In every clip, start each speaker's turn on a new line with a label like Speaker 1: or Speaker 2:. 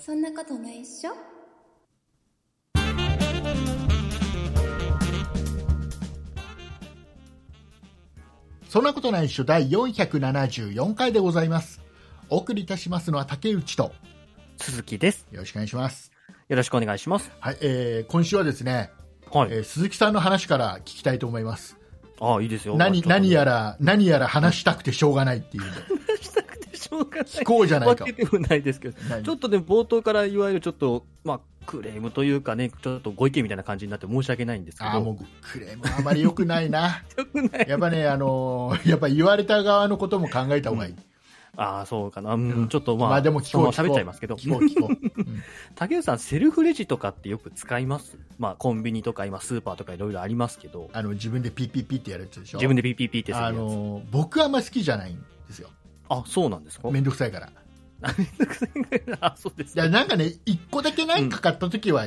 Speaker 1: そんなことないっしょ
Speaker 2: そんなことないっしょ第474回でございます。お送りいたしますのは竹内と、
Speaker 3: 鈴木です。
Speaker 2: よろしくお願いします。
Speaker 3: よろしくお願いします。
Speaker 2: はい、えー、今週はですね、
Speaker 3: はい。
Speaker 2: えー鈴木さんの話から聞きたいと思います。
Speaker 3: ああ、いいですよ。
Speaker 2: 何、
Speaker 3: ちょっとね
Speaker 2: 何や。ら、何やら話したくてしょうがないっていう。
Speaker 3: したくてしょうがない。
Speaker 2: 聞こうじゃないか
Speaker 3: わけ。でもないですけど。
Speaker 2: 何
Speaker 3: ちょっとね、冒頭からいわゆるちょっと、まあ、クレームというかね、ちょっとご意見みたいな感じになって申し訳ないんですけど。
Speaker 2: ああ、もうクレームはあまり良くない な。
Speaker 3: よくない。
Speaker 2: やっぱね、あのーやっぱ言われた側のことも考えた方がいい。
Speaker 3: ああ、そうかな。うん、ちょっとまあ、
Speaker 2: まあでも聞こう
Speaker 3: そのまま喋っちゃいますけど。
Speaker 2: 聞こう聞こう。
Speaker 3: 竹内さん、セルフレジとかってよく使いますまあ、コンビニとか今、スーパーとかいろいろありますけど、
Speaker 2: あの、自分でピッピッピッってやるやつでしょ。
Speaker 3: 自分で PPP ってするやつ。
Speaker 2: あ
Speaker 3: あ
Speaker 2: のー僕はあんま好きじゃないんですよ。
Speaker 3: そうなんですか
Speaker 2: めんどくさいから。
Speaker 3: あ、そうです
Speaker 2: いやなんかね、一個だけ何か買った時は、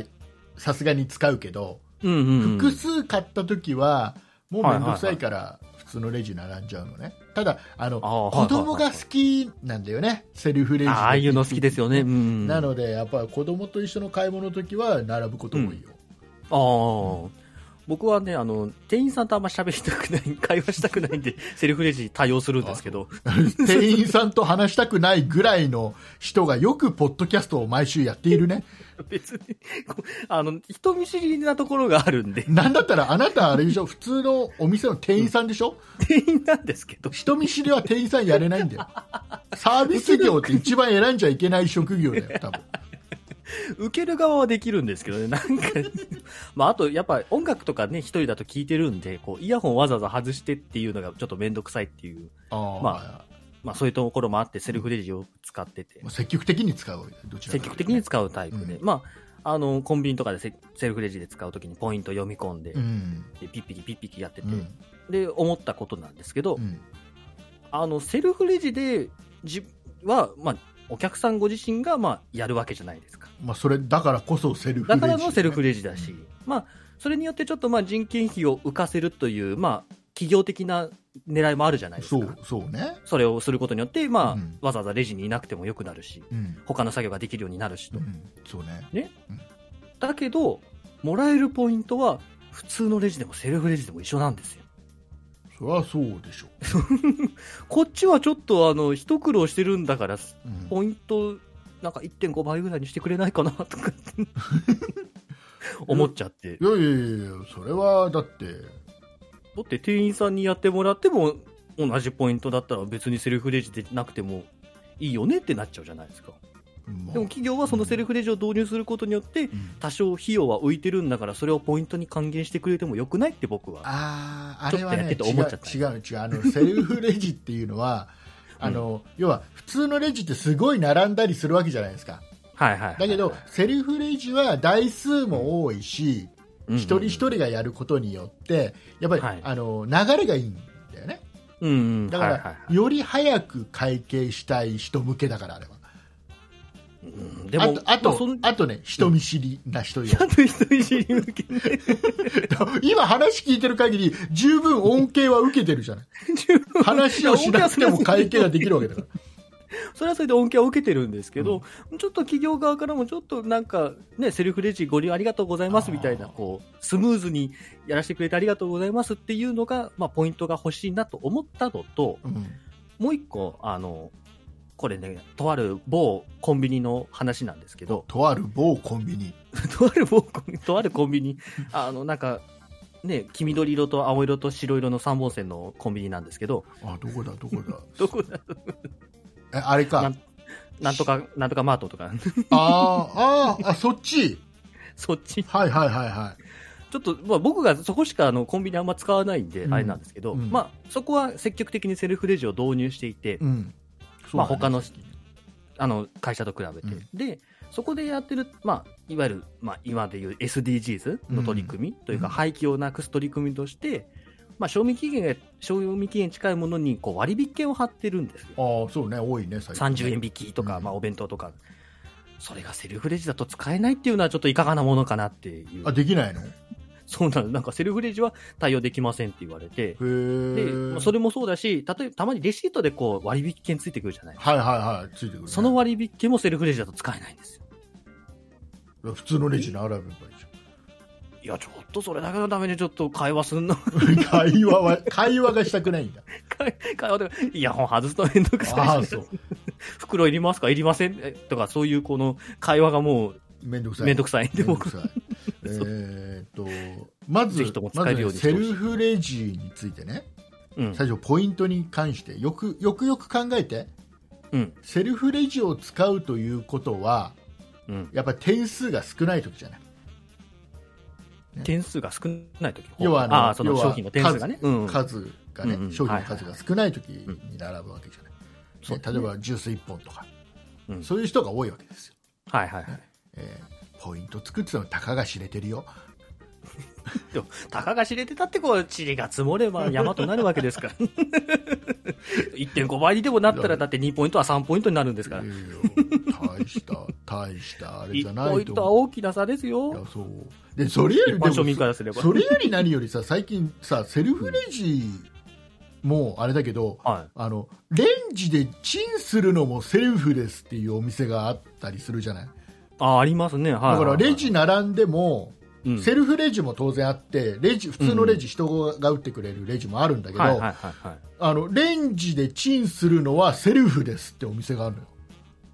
Speaker 2: さすがに使うけど、
Speaker 3: うんうんうん。
Speaker 2: 複数買った時は、もうめんどくさいから、普通のレジ並んじゃうのね。ただ、あの、
Speaker 3: あーはい
Speaker 2: 子
Speaker 3: はいはい
Speaker 2: 供が好きなんだよね、セルフレジで。
Speaker 3: あああいうの好きですよね。うん。
Speaker 2: なので、やっぱり子供と一緒の買い物の時は、並ぶことも多いよ。
Speaker 3: ああ、僕はね、あの、店員さんとあんま喋りたくない、 会話したくないんで、セルフレジ対応するんですけど、
Speaker 2: 店員さんと話したくないぐらいの人がよくポッドキャストを毎週やっているね。
Speaker 3: 別に、こうあの、人見知りなところがあるんで、
Speaker 2: なんだったらあなたあれでしょ普通のお店の店員さんでしょ
Speaker 3: 店員なんですけど、
Speaker 2: 人見知りは店員さんやれないんだよ。サービス業って一番選んじゃいけない職業だよ、 多分。
Speaker 3: 受ける側はできるんですけどね、なんか、まあ、あと、やっぱ音楽とかね、一人だと聞いてるんで、こう、イヤホンわざわざ外してっていうのがちょっとめんどくさいっていう、
Speaker 2: あ
Speaker 3: ままあ、そういうところもあって、セルフレジを使ってて
Speaker 2: あ、、積極的に使う。どちらかというとね
Speaker 3: 積極的に使うタイプで、
Speaker 2: う
Speaker 3: まあ、あの、コンビニとかでセセルフレジで使うときにポイント読み込んで、
Speaker 2: うん。
Speaker 3: でピッピキピッピキやってて、
Speaker 2: うん。
Speaker 3: で思ったことなんですけど、
Speaker 2: うん。
Speaker 3: あのセルフレジでじは、まあ、お客さんご自身が、まあ、やるわけじゃないですか
Speaker 2: まあ、それ、だからこそセルフレ
Speaker 3: だ
Speaker 2: ジ。
Speaker 3: からのセルフ
Speaker 2: レ
Speaker 3: レジだし、まあ、それによってちょっとまあ人件費を浮かせるという、まあ、企業的な狙いもあるじゃないです
Speaker 2: そ
Speaker 3: か
Speaker 2: う、そうね。
Speaker 3: それをすることによって、まあ
Speaker 2: うん
Speaker 3: わざわざレジにいなくてもよくなるし
Speaker 2: うん。
Speaker 3: 他の作業ができるようになるし
Speaker 2: う
Speaker 3: と、
Speaker 2: ん。そうね。
Speaker 3: だけどもらえるポイントは普通のレジでもセルフレジでも一緒なんですよ
Speaker 2: そりゃそうでしょ。
Speaker 3: こっちはちょっとあの一苦労してるんだから
Speaker 2: うん
Speaker 3: ポイント、なんか1.5倍ぐらいにしてくれないかなとかって思っちゃって、
Speaker 2: い
Speaker 3: だ
Speaker 2: やいやいやいやそれはだって、
Speaker 3: って店員さんにやってもらっても、同じポイントだったら別にセルフレジでなくてもいいよねってなっちゃうじゃないですか。
Speaker 2: まあ
Speaker 3: でも企業はそのセルフレジを導入することによって
Speaker 2: う、ん
Speaker 3: 多少費用は浮いてるんだから、それをポイントに還元してくれてもよくないって僕は。
Speaker 2: あああれはね
Speaker 3: ちょっとやってて思っちゃった
Speaker 2: 違う違う違うあのセルフレジっていうのはあの、要は普通のレジってすごい並んだりするわけじゃないですか
Speaker 3: はいはい。
Speaker 2: だけどセルフレジは台数も多いし、
Speaker 3: うんうん、
Speaker 2: 一人一人がやることによってやっぱり、
Speaker 3: はい
Speaker 2: あの流れがいいんだよね
Speaker 3: うんうん、
Speaker 2: だから、
Speaker 3: はいはいはい
Speaker 2: より早く会計したい人向けだからあれは
Speaker 3: うんで
Speaker 2: あ
Speaker 3: も
Speaker 2: と、あと,、
Speaker 3: まあそん
Speaker 2: あとね人見知りな人よ、
Speaker 3: ちゃんと人見知り向けに
Speaker 2: 今話聞いてる限り十分恩恵は受けてるじ ゃない話をしなくても会計ができるわけだから
Speaker 3: それはそれで恩恵を受けてるんですけど、ちょっと企業側からもちょっとなんか、ね、セルフレジご利用ありがとうございますみたいな、
Speaker 2: あー
Speaker 3: こう、スムーズにやらせてくれてありがとうございますっていうのが、まあ、ポイントが欲しいなと思ったのと、
Speaker 2: うん、
Speaker 3: もう一個、あの、これね、とある某コンビニの話なんですけど
Speaker 2: とある某コンビニ、
Speaker 3: とある某コンビニ、とあるコンビニ、あの、なんか、ね、黄緑色と青色と白色の3本線のコンビニなんですけど、
Speaker 2: あどこだ、どこだ、
Speaker 3: どこだ
Speaker 2: えあれ
Speaker 3: な
Speaker 2: か
Speaker 3: ん、なんとか、なんとかマートとか、
Speaker 2: あーあー、あそっち、
Speaker 3: そっち
Speaker 2: はいはいはいはい、
Speaker 3: ちょっと、まあ、僕がそこしかあのコンビニあんま使わないんで、
Speaker 2: うん
Speaker 3: あれなんですけど、
Speaker 2: うん
Speaker 3: まあ、そこは積極的にセルフレジを導入していて、
Speaker 2: うん、
Speaker 3: まあ他の
Speaker 2: そうだね
Speaker 3: あの会社と比べて、
Speaker 2: うん
Speaker 3: でそこでやってる、まあ、いわゆる、まあ、今でいう SDGs の取り組みというか、
Speaker 2: うん
Speaker 3: 廃棄をなくす取り組みとして、まあ、賞味期限が賞味期限近いものにこう割引券を貼ってるんですよ、
Speaker 2: あーそうね、多いね、最
Speaker 3: 30円引きとか、
Speaker 2: うん
Speaker 3: まあ、お弁当とか、それがセルフレジだと使えないっていうのは、ちょっといかがなものかなっていう
Speaker 2: あ、できないの、へ
Speaker 3: そうなの、なんかセルフレジは対応できませんって言われて。で、ま
Speaker 2: え
Speaker 3: あ、それもそうだし、例えばたまにレシートでこう割引券ついてくるじゃない。
Speaker 2: はいはいはい、ついてくる、ね、
Speaker 3: その割引券もセルフレジだと使えないんですよ。
Speaker 2: 普通のレジに洗えばいいじ
Speaker 3: いや、ちょっとそれだけのためにちょっと会話すんの。
Speaker 2: ゃ ん。 会話は、会話がしたくないんだ。
Speaker 3: 会会話で、イヤホン外すとめんどく
Speaker 2: あ
Speaker 3: さ
Speaker 2: あ、
Speaker 3: いし
Speaker 2: そ、う。
Speaker 3: 袋いりますかいりませんえとか、そういうこの会話がも
Speaker 2: めんどくさ
Speaker 3: う
Speaker 2: い。
Speaker 3: めんどくさいん
Speaker 2: め
Speaker 3: で、
Speaker 2: んどく
Speaker 3: 僕。
Speaker 2: さい。えーっと、まず
Speaker 3: ぜひとも、使
Speaker 2: ま
Speaker 3: え
Speaker 2: ず
Speaker 3: るよ
Speaker 2: ね
Speaker 3: うにして
Speaker 2: セ
Speaker 3: ほしい
Speaker 2: ルフレジについてね、
Speaker 3: うん。
Speaker 2: 最初ポイントに関して、よく、よくよく考えて、
Speaker 3: うん
Speaker 2: セルフレジを使うということは、
Speaker 3: うん。
Speaker 2: やっぱり点数が少ない時じゃない。
Speaker 3: 点数が少ないとき。
Speaker 2: 要はあの
Speaker 3: ああ、その
Speaker 2: 要は
Speaker 3: 商品の点数がね。うん。
Speaker 2: 数がね、
Speaker 3: うんうん
Speaker 2: 商品の数が少ない時に並ぶわけじゃない。
Speaker 3: そう
Speaker 2: ね例えばジュース1本とか、
Speaker 3: うん
Speaker 2: そういう人が多いわけですよ。
Speaker 3: はいはいはい。
Speaker 2: えーポイント作ってたのたかが知れてるよ。
Speaker 3: でも、たかが知れてたって、こう、塵が積も れば山となるわけですから。1.5倍にでもなったら、だって2ポイントは3ポイントになるんですから。
Speaker 2: いいよ大した、大したあれじゃ
Speaker 3: 1
Speaker 2: な
Speaker 3: ポイ
Speaker 2: い
Speaker 3: ン
Speaker 2: と
Speaker 3: トは
Speaker 2: 思う。
Speaker 3: 大きな差です
Speaker 2: い
Speaker 3: よ。
Speaker 2: やそうでそれより
Speaker 3: 一
Speaker 2: で
Speaker 3: 般
Speaker 2: も
Speaker 3: 庶民からすれば
Speaker 2: それより何よりさ最近さセルフレジもあれだけど、
Speaker 3: は
Speaker 2: あのレンジでチンするのもセルフですっていうお店があったりするじゃない
Speaker 3: い。あ、ありますね。はい。
Speaker 2: だからレジ並んでも、
Speaker 3: うん、
Speaker 2: セルフレジも当然あってレジ普通のレジ、人が打ってくれるレジもあるんだけど、
Speaker 3: はいはいはいはい。
Speaker 2: あのレンジでチンするのはセルフですってお店があるのよ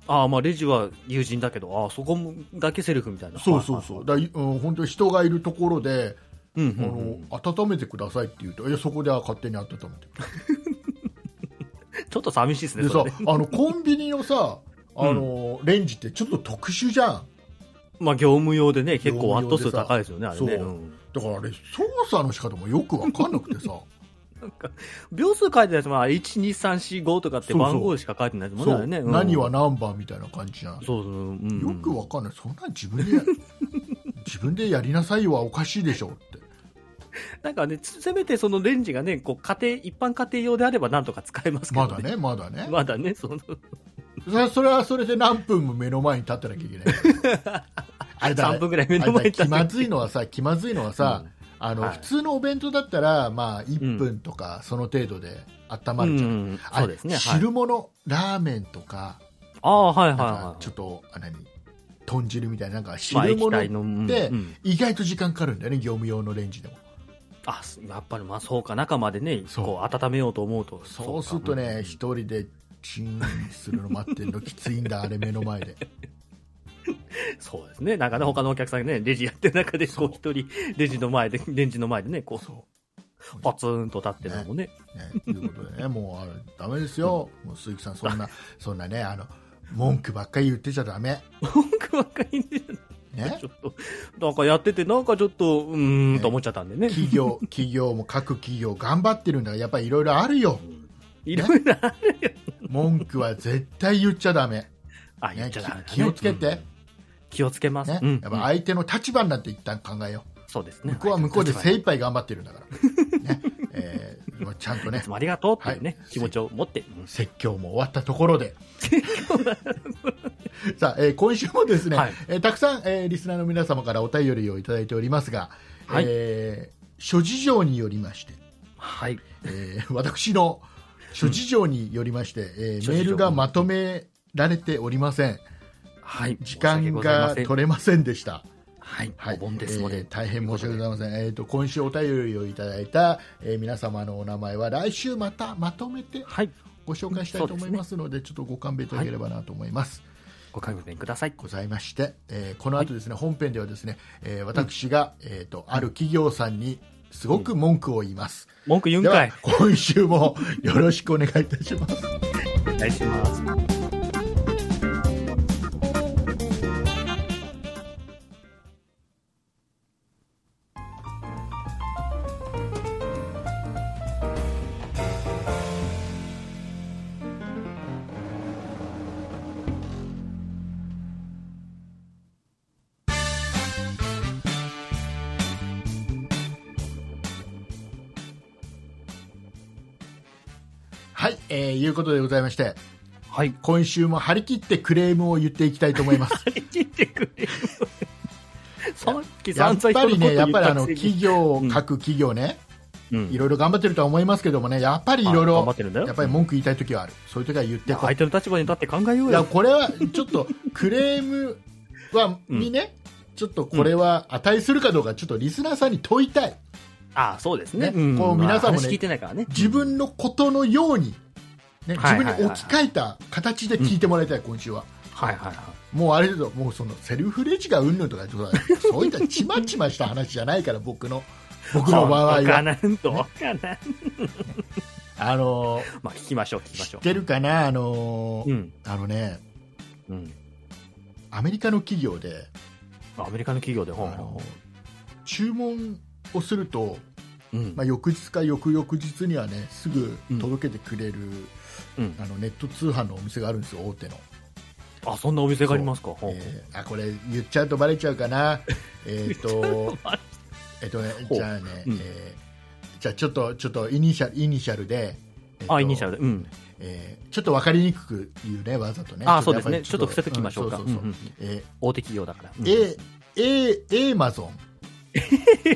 Speaker 3: ああ、まあ、レジは友人だけど、ああ、そこもだけセルフみたいな。
Speaker 2: そうそうそうだからいうん本当に人がいるところで、
Speaker 3: う。う
Speaker 2: あ
Speaker 3: んうん、うん。
Speaker 2: の温めてくださいって言うといやそこでは勝手に温めてくれる
Speaker 3: ちょっと寂しいですね、
Speaker 2: で
Speaker 3: それ
Speaker 2: さ
Speaker 3: ね。
Speaker 2: あのコンビニのさあの、レンジってちょっと特殊じゃん
Speaker 3: まあ、業務用でね、結構ワット数
Speaker 2: 業務用でさ
Speaker 3: 高いですよね、あれね。
Speaker 2: そうんだからあれ操作の仕方もよく分かんなくて さ
Speaker 3: 秒数書いてないですもん、あれ1、2、3、4、5とかって
Speaker 2: そうそう
Speaker 3: 番号しか書いてないですもんね、
Speaker 2: そ
Speaker 3: あ
Speaker 2: う、
Speaker 3: れね。うん
Speaker 2: 何は何番みたいな感じじゃん
Speaker 3: そうそう、うんうん
Speaker 2: よく分かんないそんなん自分でや 自分でやりなさいはおかしいでしょって
Speaker 3: なんかね、つせめてそのレンジがね、こう、家庭、一般家庭用であればなんとか使えますけ
Speaker 2: ま
Speaker 3: ど、
Speaker 2: だ。ねまだね、
Speaker 3: まだね、その、
Speaker 2: それそれはそれで何分も目の前に立ってなきゃいけない あれだ
Speaker 3: 3分ぐらい目の前に立
Speaker 2: あ
Speaker 3: っ
Speaker 2: れだ気
Speaker 3: て
Speaker 2: まずいのはさ気まずいのはさ、
Speaker 3: うん
Speaker 2: あの
Speaker 3: はい
Speaker 2: 普通のお弁当だったら、まあ、1分とかその程度で温ま
Speaker 3: う
Speaker 2: る
Speaker 3: ん
Speaker 2: じ
Speaker 3: う
Speaker 2: ゃん、
Speaker 3: ん、
Speaker 2: あ
Speaker 3: そうですね。はい
Speaker 2: 汁物、ラーメンとか
Speaker 3: ああ、はい
Speaker 2: な
Speaker 3: は
Speaker 2: いんか
Speaker 3: は
Speaker 2: ち
Speaker 3: い
Speaker 2: ょっと、あ何豚汁みたいななんか。
Speaker 3: まあ
Speaker 2: 汁物、
Speaker 3: 液体のうん
Speaker 2: で
Speaker 3: うん
Speaker 2: 意外と時間かかるんだよね業務用のレンジでも
Speaker 3: あやっぱりまあそうか、中までね、
Speaker 2: そう
Speaker 3: こう温めようと思うと、
Speaker 2: そうするとね一、人でチンするの待ってるのきついん だあれ目の前で
Speaker 3: うんそうですね、なんかね、他のお客さんがね、レジやってる中で、こう一人、レジの前で、レンジの前でね、こ、
Speaker 2: そう
Speaker 3: ポツンと立ってるのもね、
Speaker 2: う、ね、ということでねもうあれダメですよもう鈴木さんそんなそんなねあの文句ばっかり言ってちゃダメ
Speaker 3: 文句ばっかりね、
Speaker 2: ね
Speaker 3: ちょっと、なんかやってて、なんかちょっと、うーんと思っちゃったんでね、
Speaker 2: 企業企業も各企業頑張ってるんだからやっぱりいろいろあるよ
Speaker 3: いろいろ、
Speaker 2: 文句は絶対言っちゃダメ
Speaker 3: あ、言っ
Speaker 2: ね
Speaker 3: ちゃダメだね、
Speaker 2: 気気をつけて、
Speaker 3: うん気をつけます、
Speaker 2: ね
Speaker 3: うん
Speaker 2: やっぱ相手の立場になって一旦考えよ
Speaker 3: うんそうです
Speaker 2: う、
Speaker 3: ね、
Speaker 2: 向こうは向こうで精
Speaker 3: い
Speaker 2: 一杯頑張ってるんだから、ねえーまあちゃんとね
Speaker 3: つもありがとうっていうね、
Speaker 2: はい
Speaker 3: 気持ちを持って、うん
Speaker 2: 説教も終わったところで さあ、えー今週もですね、
Speaker 3: はい
Speaker 2: えーたくさん、えーリスナーの皆様からお便りをいただいておりますが、
Speaker 3: はい
Speaker 2: えー諸事情によりまして、
Speaker 3: はい、
Speaker 2: えー 私の諸事情によりまして、えー
Speaker 3: 諸事情
Speaker 2: メールがまとめられておりません
Speaker 3: はい、
Speaker 2: 時
Speaker 3: 申し訳
Speaker 2: 間
Speaker 3: ございま
Speaker 2: が
Speaker 3: せん
Speaker 2: 取れませんでした
Speaker 3: はい、
Speaker 2: はい
Speaker 3: お盆ですので、
Speaker 2: えー大変申し訳ございません、えー、と今週お便りをいただいた、えー皆様のお名前は来週またまとめて
Speaker 3: はい、
Speaker 2: ご紹介したいと思いますのでちょっとご勘弁いただければなと思います、
Speaker 3: ご勘弁ください。
Speaker 2: ございまして、えーこの後ですね、本編ではですね、えー私が、えー、とある企業さんにすごく文句を言います、
Speaker 3: 文句言うん
Speaker 2: で
Speaker 3: か。
Speaker 2: はい今週もよろしくお願いいたします
Speaker 3: お願いします。
Speaker 2: はい、えー、いうことでございまして
Speaker 3: はい。
Speaker 2: 今週も張り切ってクレームを言っていきたいと思います
Speaker 3: 張り切ってくれよ。さっき
Speaker 2: や
Speaker 3: 散
Speaker 2: っ
Speaker 3: 々
Speaker 2: ぱ
Speaker 3: 人
Speaker 2: り
Speaker 3: の
Speaker 2: ねやっ
Speaker 3: こと
Speaker 2: ぱ
Speaker 3: 言
Speaker 2: りあ
Speaker 3: た
Speaker 2: の
Speaker 3: くせに
Speaker 2: 企業、
Speaker 3: うん
Speaker 2: 各企業ね
Speaker 3: うん
Speaker 2: いろいろ頑張ってるとは思いますけどもねやっぱりいろい
Speaker 3: あ頑張
Speaker 2: ろ
Speaker 3: ってるんだよ。
Speaker 2: やっぱり文句言いたい時はあるそういう時は言っ
Speaker 3: い
Speaker 2: て
Speaker 3: や
Speaker 2: こ
Speaker 3: 相手の立場に立って考えよ
Speaker 2: う
Speaker 3: う
Speaker 2: いや
Speaker 3: よ。
Speaker 2: これはちょっとクレームは
Speaker 3: うん
Speaker 2: にね、ちょっとこれは値するかどうか、ちょっとリスナーさんに問いたい。
Speaker 3: ああ、そうですね。
Speaker 2: ね
Speaker 3: ん
Speaker 2: こう皆さんもね
Speaker 3: まあ話聞いてないからね。
Speaker 2: 自分のことのように、ね、
Speaker 3: は
Speaker 2: 自
Speaker 3: い
Speaker 2: 分に置き換えた形で聞いてもらいたい、今週は。
Speaker 3: はいはいはい。
Speaker 2: もうあれだと、もうそのセルフレジがうんぬんとか、そうそういったちまちました話じゃないから、僕の、僕の場合
Speaker 3: どうか
Speaker 2: は。
Speaker 3: などうかな
Speaker 2: あの、
Speaker 3: まあ、聞きましょう、聞きまし
Speaker 2: 知
Speaker 3: ょ
Speaker 2: ってるかな、あの
Speaker 3: う。う、ん。
Speaker 2: あのね、
Speaker 3: うん。
Speaker 2: アメリカの企業で、
Speaker 3: アメリカの企業で、ほう
Speaker 2: あ
Speaker 3: ほ
Speaker 2: の注文をすると、
Speaker 3: う。うん
Speaker 2: まあ、。翌日か翌々日にはねすぐ届けてくれる、
Speaker 3: うん
Speaker 2: あのネット通販のお店があるんですよ大手の、
Speaker 3: あ、そんなお店がありますか。ほう
Speaker 2: えーあこれ言っちゃうとバレちゃうか なえっとえっとね
Speaker 3: ほう
Speaker 2: じゃあね、
Speaker 3: うん
Speaker 2: えーじゃあちょっとちょっとイニシャルイニシャルで、えっと
Speaker 3: あ、イニシャルで。うん。
Speaker 2: えーちょっと分かりにくく言うねわざとね
Speaker 3: あ、
Speaker 2: ち
Speaker 3: そ
Speaker 2: ょ
Speaker 3: う
Speaker 2: っ
Speaker 3: で
Speaker 2: とや
Speaker 3: すね。
Speaker 2: っぱり
Speaker 3: ちょっと伏せときましょうか。
Speaker 2: ん
Speaker 3: う
Speaker 2: そそそ
Speaker 3: ん
Speaker 2: え
Speaker 3: 大手企業だから。うん
Speaker 2: ー A A A マゾン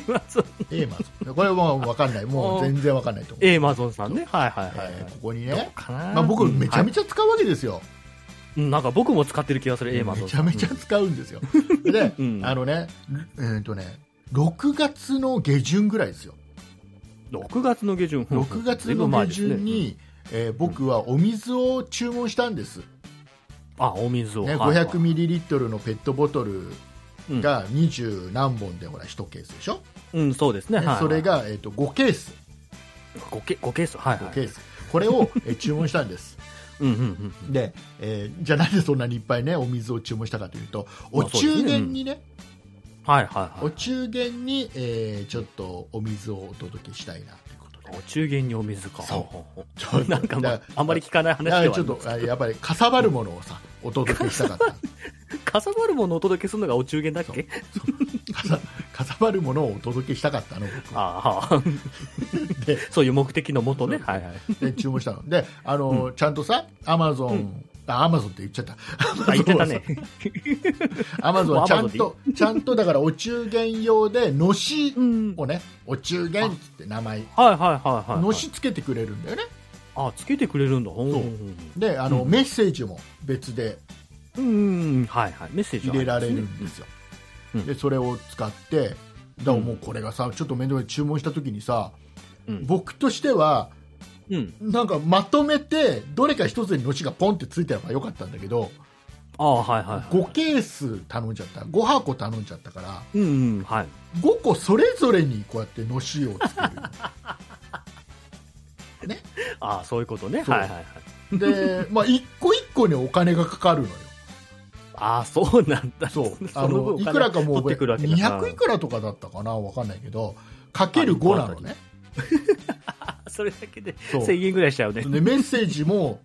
Speaker 3: まあそう
Speaker 2: A マゾンこれもう分かん ないもう全然分かんないと思う、
Speaker 3: エーマゾンさんね。はいはいはい
Speaker 2: えー
Speaker 3: は
Speaker 2: ここに
Speaker 3: い。どう
Speaker 2: ね
Speaker 3: かな。
Speaker 2: まあ、僕、めちゃめ
Speaker 3: ち
Speaker 2: ちゃ使うわけですよ、
Speaker 3: ゃ。うんなんか僕も使ってる気がする、エーマゾン。
Speaker 2: めちゃめちゃ使うん ですよ、で、
Speaker 3: うん
Speaker 2: あのね、えーっとね、6月の下旬ぐらいですよ、
Speaker 3: 6月の下旬。うん
Speaker 2: 6月の下旬。
Speaker 3: ずいぶん前ですね
Speaker 2: に、えー僕はお水を注文したんです、
Speaker 3: あ、お水を。
Speaker 2: ね、
Speaker 3: はいはい
Speaker 2: 500ミリリットルのペットボトル
Speaker 3: うん
Speaker 2: が二十何本で、ほら、1ケースでしょ、
Speaker 3: うん、そうですね。
Speaker 2: ね
Speaker 3: はい
Speaker 2: それ、が、えーっと5ケース、
Speaker 3: 5ケごケース。はい
Speaker 2: 5
Speaker 3: はい
Speaker 2: ケ。ースこれを、えー注文したんです。
Speaker 3: うんうんうんうん。
Speaker 2: でえーじゃあなんでそんなにいっぱいねお水を注文したかというと
Speaker 3: ま
Speaker 2: お
Speaker 3: あそうですね
Speaker 2: 中元にね
Speaker 3: はいはいは
Speaker 2: お
Speaker 3: い。
Speaker 2: 中元に、えーちょっとお水をお届けしたいなということで
Speaker 3: お中元にお水か。
Speaker 2: そう
Speaker 3: ほうほう
Speaker 2: ちょっと
Speaker 3: なんか、ま
Speaker 2: だ
Speaker 3: あ、あんまり聞かない話ではあ
Speaker 2: あ
Speaker 3: り
Speaker 2: ちょっとあやっぱりかさばるものをさお届けしたかった
Speaker 3: かさばるものをお届けするのがお中元だっけ
Speaker 2: かさかさばるものをお届けしたかったの僕
Speaker 3: ああ
Speaker 2: で、
Speaker 3: そういう目的のもとね。はいはい。
Speaker 2: で注文したのであの、ちゃんとさアマゾン、あアマゾンって言っちゃった。
Speaker 3: あ、言ってたね。
Speaker 2: アマゾンはちゃん
Speaker 3: もう
Speaker 2: と、ちゃんとだからお中元用で、のし
Speaker 3: うん。
Speaker 2: をね、お中元って名前、
Speaker 3: はいはいはいはい。
Speaker 2: のしつけてくれるんだよね。
Speaker 3: あ、つけてくれるんだ。ほん
Speaker 2: そうで、あの、
Speaker 3: うん
Speaker 2: メッセージも別で
Speaker 3: うん。はいはい。メッセージは
Speaker 2: 入れられるんですよ、
Speaker 3: うんうん
Speaker 2: でそれを使ってだから
Speaker 3: うん
Speaker 2: もうこれがさちょっと面倒で注文した時にさ、
Speaker 3: うん
Speaker 2: 僕としては
Speaker 3: うん。
Speaker 2: なんかまとめてどれか一つにのちがポンってついてればよかったんだけど
Speaker 3: ああ、はいはいは
Speaker 2: 5ケース頼んじゃった5箱頼んじゃったから
Speaker 3: い。うんうん。はい。
Speaker 2: 5個それぞれにこうやってのしをつける
Speaker 3: ああ、そういうことね。
Speaker 2: そう
Speaker 3: はいはいはい。
Speaker 2: で、まあ、一個一個にお金がかかるのよ
Speaker 3: ああ、そうなんだ。
Speaker 2: そう
Speaker 3: そ
Speaker 2: あ
Speaker 3: 分
Speaker 2: の
Speaker 3: お
Speaker 2: い
Speaker 3: 金
Speaker 2: くらかもう
Speaker 3: 取ってくるわけだ
Speaker 2: 200いくらとかだったかなわかんないけどかける5なのね
Speaker 3: あそれだけで
Speaker 2: そう
Speaker 3: 1000円ぐらいしちゃうね。
Speaker 2: でメッセージも